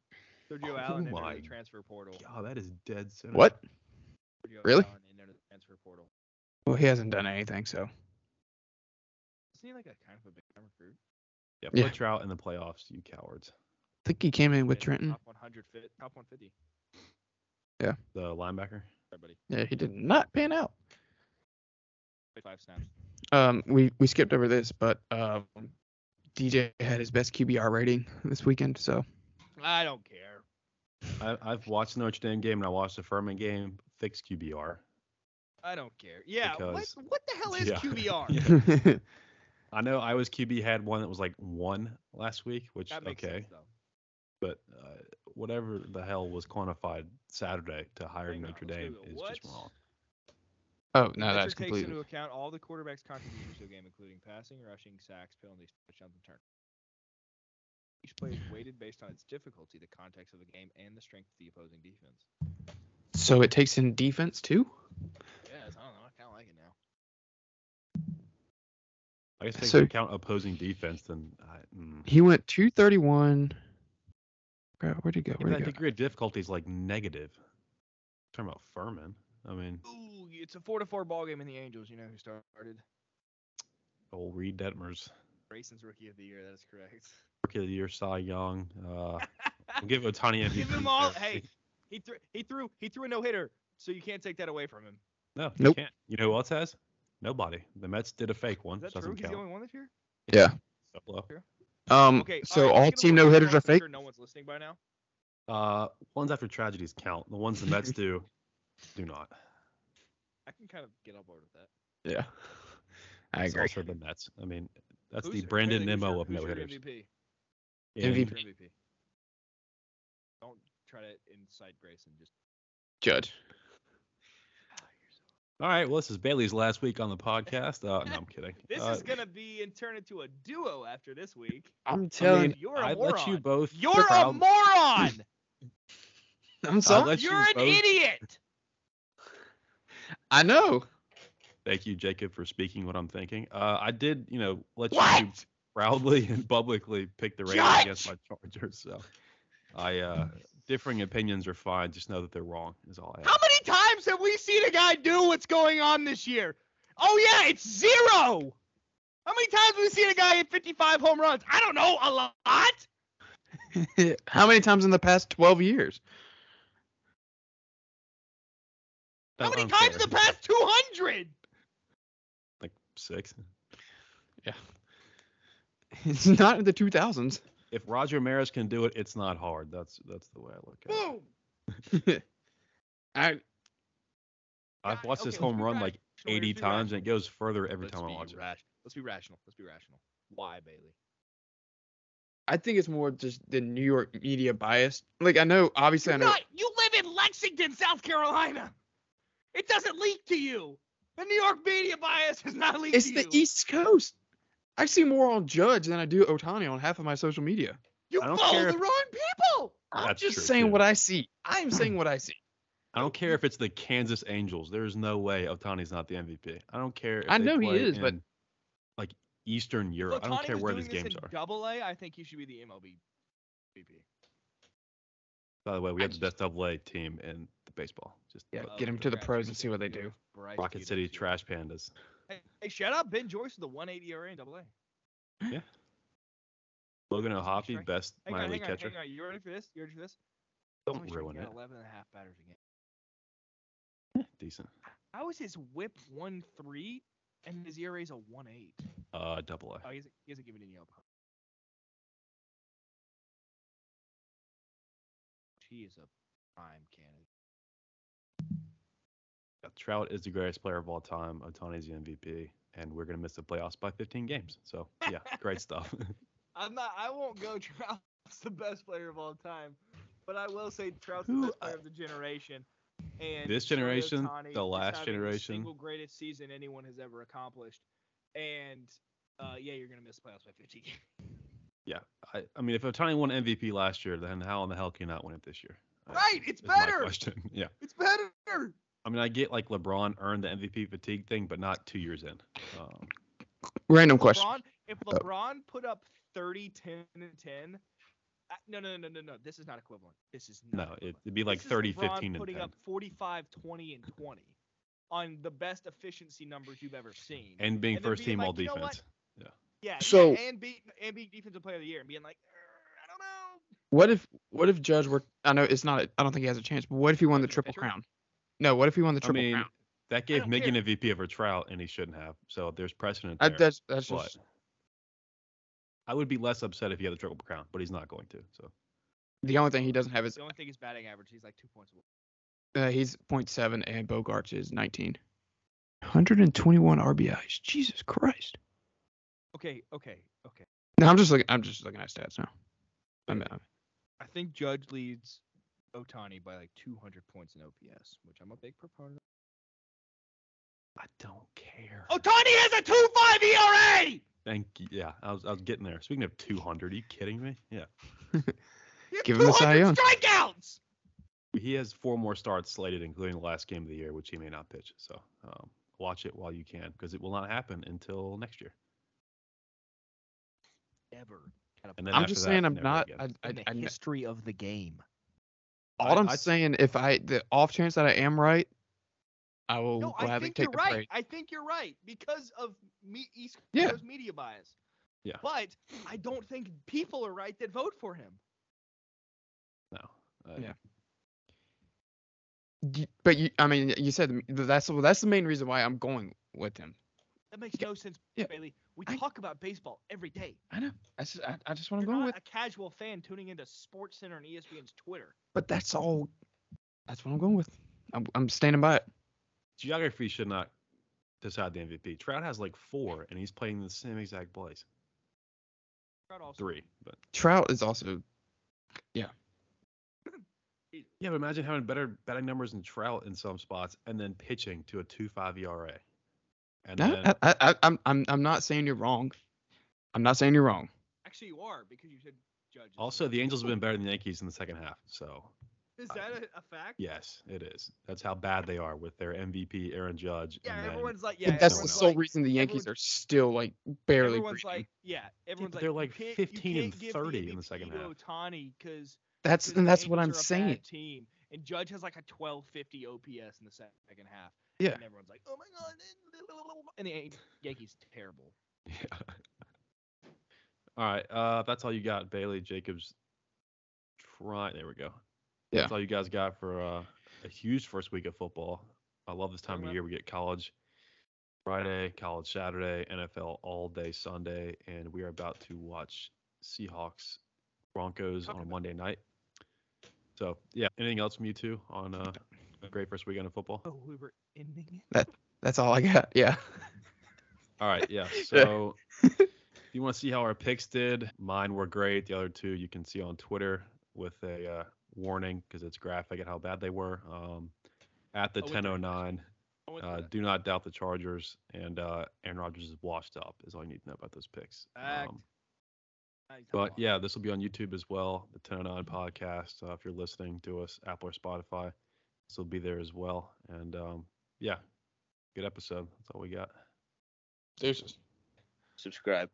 Sergio
Oh
Allen entered
my
the transfer portal.
God, that is dead center.
What?
Sergio
Really?
Allen entered the transfer portal.
Well, he hasn't done anything, so
Isn't he like a kind of a big time recruit?
Yeah, put
Yeah.
Trout in the playoffs, you cowards.
I think he came in with
Yeah,
Trenton.
Top 100 fit. Top 150.
The linebacker.
Everybody,
Yeah, he did not pan out.
five snaps.
Um, we we skipped over this, but um, DJ had his best QBR rating this weekend. So
I don't care.
I, I've watched the Notre Dame game and I watched the Furman game. Fix QBR.
I don't care. Yeah.
Because-
what what the hell is
Yeah.
QBR?
(laughs) Yeah. I know I was QB had one that was like one last week, which
That makes
okay,
sense though.
but uh, whatever the hell was quantified Saturday to hire
Hang on,
Notre
let's
Dame
Google.
is
What?
just wrong.
(laughs) oh no,
Metric
that's
takes
completely.
into account all the quarterback's contributions to a game, including passing, rushing, sacks, penalties, touchdowns, and turnovers. Each play is weighted based on its difficulty, the context of the game, and the strength of the opposing defense.
So it takes in defense too.
Yes, I don't know. I kind of like it now.
I guess if
So-
you count opposing defense, then I, mm.
He went 231. Crap, where'd he go?
Even
Where'd
that
he go?
degree of difficulty is like negative. talking about Furman. I mean,
Ooh, it's a four to four ball game in the Angels. You know who started?
old Reed Detmers,
Grayson's rookie of the year. That is correct.
Rookie of the Year, Cy Young. Uh, we'll give Otani
(laughs)
MVP.
Give him all. (laughs)
there.
Hey, he threw. He threw. He threw a no hitter. So you can't take that away from him.
no, you
Nope.
can't. You know who else has? Nobody. The Mets did a fake one.
Is that true?
doesn't
He's the
count. Mm,
only one this year.
Buffalo.
Um,
Okay.
so
alright,
all,
speaking of
team
which,
no hitters
I'm
are fake.
sure No one's listening by now.
Uh, ones after tragedies count. The ones the
(laughs)
Mets do, do not.
I can kind of get on board with that.
Yeah, I
It's
agree.
also the Mets. I mean, that's
Who's
the
your-
Brandon
Bailey, who's
Nemo
your-
of
who's
no
your
hitters.
MVP.
And
MVP.
Who's your MVP. Don't try to incite Grayson. Just.
Judge.
All right. Well, this is Bailey's last week on the podcast.
(laughs)
Uh, no, I'm kidding.
This
Uh,
is gonna be and turn into a duo after this week.
I'm
telling
If You're a
I
moron.
let you both.
You're a
proud-
moron.
I'm
I
sorry.
let you
You're an
both-
idiot.
I (laughs) know.
Thank you, Jacob, for speaking what I'm thinking. Uh, I did, you know, let you
What?
proudly (laughs) and publicly pick the Raiders
Judge!
against my Chargers. So, I uh, differing opinions are fine. Just know that they're wrong. Is all I.
How
Ask.
many times have we seen a guy do what's going on this year? Oh yeah, it's zero. How many times have we seen a guy hit 55 home runs? I don't know, a lot.
How many times in the past 12 years? (laughs)
How
That's
many
unfair.
times in the past 200?
Like six.
It's not in the 2000s.
If Roger Maris can do it, it's not hard. That's that's the way I look at it.
Boom.
I
I've watched this
Okay, let's
home
be
run
rational.
like
Let's be
80 times, and
rational.
it goes further every
Let's
time I
be
watch it.
rat- Let's be rational. Let's be rational. Why, Bailey?
I think it's more just the New York media bias. Like I know, obviously, I know.
Not- you live in Lexington, South Carolina. It doesn't leak to you. The New York media bias has not leaked
It's
to
the
you.
East Coast. I see more on Judge than I do Otani on half of my social media.
You
I don't
follow
care
the
if-
wrong people.
I'm
That's
just
true,
saying
too.
what I see. I am saying what I see.
I don't care if it's the Kansas Angels. There's no way Otani's not the MVP. I don't care. If
I
they
know he
play
is, but-
in, like Eastern Europe. I
Ohtani
don't care
was
where
doing
these
this
games
in
are.
Double A, I think he should be the MLB MVP.
By the way, we
I
have the
just-
best Double A team in the baseball. Just
Yeah,
uh,
get him to the pros and see what they do.
Bryce
Rocket
Peters,
City
yeah.
Trash Pandas.
Hey, hey, shout out Ben Joyce with the 180 ERA in Double A.
Logan
Just make sure
O'Hoppy,
I-
best
Hang
minor
on,
league
hang on,
catcher.
hang on. You ready for this? You ready for this?
Don't
Tommy Shrek
ruin
got
it.
11 and a half batters again.
Decent.
How is his WHIP one three and his ERA's a one eight?
Uh, Double
Oh,
A.
he hasn't, he hasn't given any up. He is a prime candidate.
Yeah, Trout is the greatest player of all time. Otani's the MVP, and we're gonna miss the playoffs by 15 games. So yeah,
(laughs)
great stuff.
I'm not. I won't go. (laughs) Trout's the best player of all time, but I will say Trout's
Who-
the best player of the generation. And
This
Shohei
generation,
Ohtani
the
is
last
having
generation.
the single greatest season anyone has ever accomplished. And uh, yeah, you're gonna miss playoffs by 50 games.
I, I mean, if Otani won MVP last year, then how in the hell can you not win it this year? I-
Right, it's
is Uh, my
better.
question. (laughs) Yeah.
It's better.
I mean, I get like LeBron earned the MVP fatigue thing, but not two years in. Um,
Random
LeBron,
question.
If
Uh.
LeBron put up 30, 10, and 10, uh, no, no, no, no, no. This is not equivalent. This is not.
no, it,
equivalent.
it'd be like
This is
30,
LeBron
15, and
putting
10.
up 45, 20, and 20 on the best efficiency numbers you've ever seen.
and being
and then
first
being
team
like,
all
"You know what?
defense.
yeah, yeah,
so-
and be and be defensive player of the year and being like, "Err, I don't know.
What if what if Judge were? I know it's not. I don't think he has a chance. But what if he won the
Pitcher?
triple crown? No, what if he won the
I
triple
mean,
crown?
That gave
don't
Miggy
care.
an MVP over Trout, and he shouldn't have. So there's precedent
I,
there.
that's that's
but
just
I would be less upset if he had a triple crown, but he's not going to. So
the only thing he doesn't have is
The only thing is batting average. He's like two points away.
uh, he's 0.7 and Bogarts is 19. 121 RBIs. Jesus Christ.
Okay, okay, okay.
No, I'm just looking. I'm just looking at stats now. I'm, I'm-
I think Judge leads Otani by like 200 points in OPS, which I'm a big proponent of.
I don't care.
Otani has E a 2.5 ERA!
Thank you. Yeah, I was, I was getting there. Speaking of 200, are you kidding me? Yeah.
He has
Give him the Cy
200 strikeouts!
He has four more starts slated, including the last game of the year, which he may not pitch. So um, watch it while you can, because it will not happen until next year.
Ever.
And then
I'm
after
just
that,
saying I'm
never
not.
again.
I, I,
in the
I, ne-
history of the game.
all
I-
I'm
I-
saying, if I the off chance that I am right, I will
No, I
gladly
think
take
you're
the
right.
praise.
I think you're right because of me East
Yeah.
Coast media bias.
Yeah.
But I don't think people are right that vote for him.
No. Uh,
Yeah. Y- But you, I mean, you said the- that's well, that's the main reason why I'm going with him.
That makes
Yeah.
no sense,
Yeah.
Bailey. We
I-
talk about baseball every day.
I know. That's just, I, I just want to
You're
go
not
with.
a casual fan tuning into Sports Center and E ESPN's Twitter.
But that's all. That's what I'm going with. I'm, I'm standing by it.
Geography should not decide the MVP. Trout has like four, and he's playing in the same exact place.
Trout also-
Three. But
Trout is also.
yeah, but imagine having better batting numbers than Trout in some spots and then pitching to a 2 5 ERA. And
No,
then,
I, I, I, I'm I'm I'm not saying you're wrong. I'm not saying you're wrong.
Actually, you are because you said judges.
also, the Angels have been better than the Yankees in the second half. So
(laughs) is that a, a fact?
Yes, it is. That's how bad they are with their MVP Aaron Judge.
Yeah,
and then-
everyone's like,
And
yeah.
that's the
everyone's
sole
like,
reason the Yankees are still like barely.
Everyone's
breathing.
like, yeah. Everyone's
but they're
like,
like
you can't-
15
you
and
can't give
30 in the
MVP
second
to
half.
Otani because
that's
because
and
the
that's what I'm
Angels are a
saying.
bad Team and Judge has like a 1250 OPS in the second half.
Yeah.
And everyone's like, oh my god. And the Yan- Yankees terrible.
Yeah. all right, uh, that's all you got, Bailey Jacobs. Try. There we go.
Yeah.
That's all you guys got for uh, a huge first week of football. I love this time of
Remember-
year. We get college Friday, college Saturday, NFL all day Sunday, and we are about to watch Seahawks Broncos
Talking
on a
about-
Monday night. So yeah, anything else from you two on uh, a great first weekend of football?
Oh, we were ending it.
That's all I got. Yeah.
All right, (laughs) yeah. So if you want to see how our picks did, mine were great. The other two you can see on Twitter with a uh, warning because it's graphic at how bad they were. Um, at the
Oh, wait, there it is.
10:09,
I went through
uh,
that.
do not doubt the Chargers and uh, Aaron Rodgers is washed up. Is all you need to know about those picks.
Fact.
Um,
Now he's not
but
lying.
yeah, this will be on YouTube as well. The 1009 podcast. Uh, if you're listening to us, Apple or Spotify, this will be there as well. And um, yeah, good episode. That's all we got.
Deuces.
subscribe.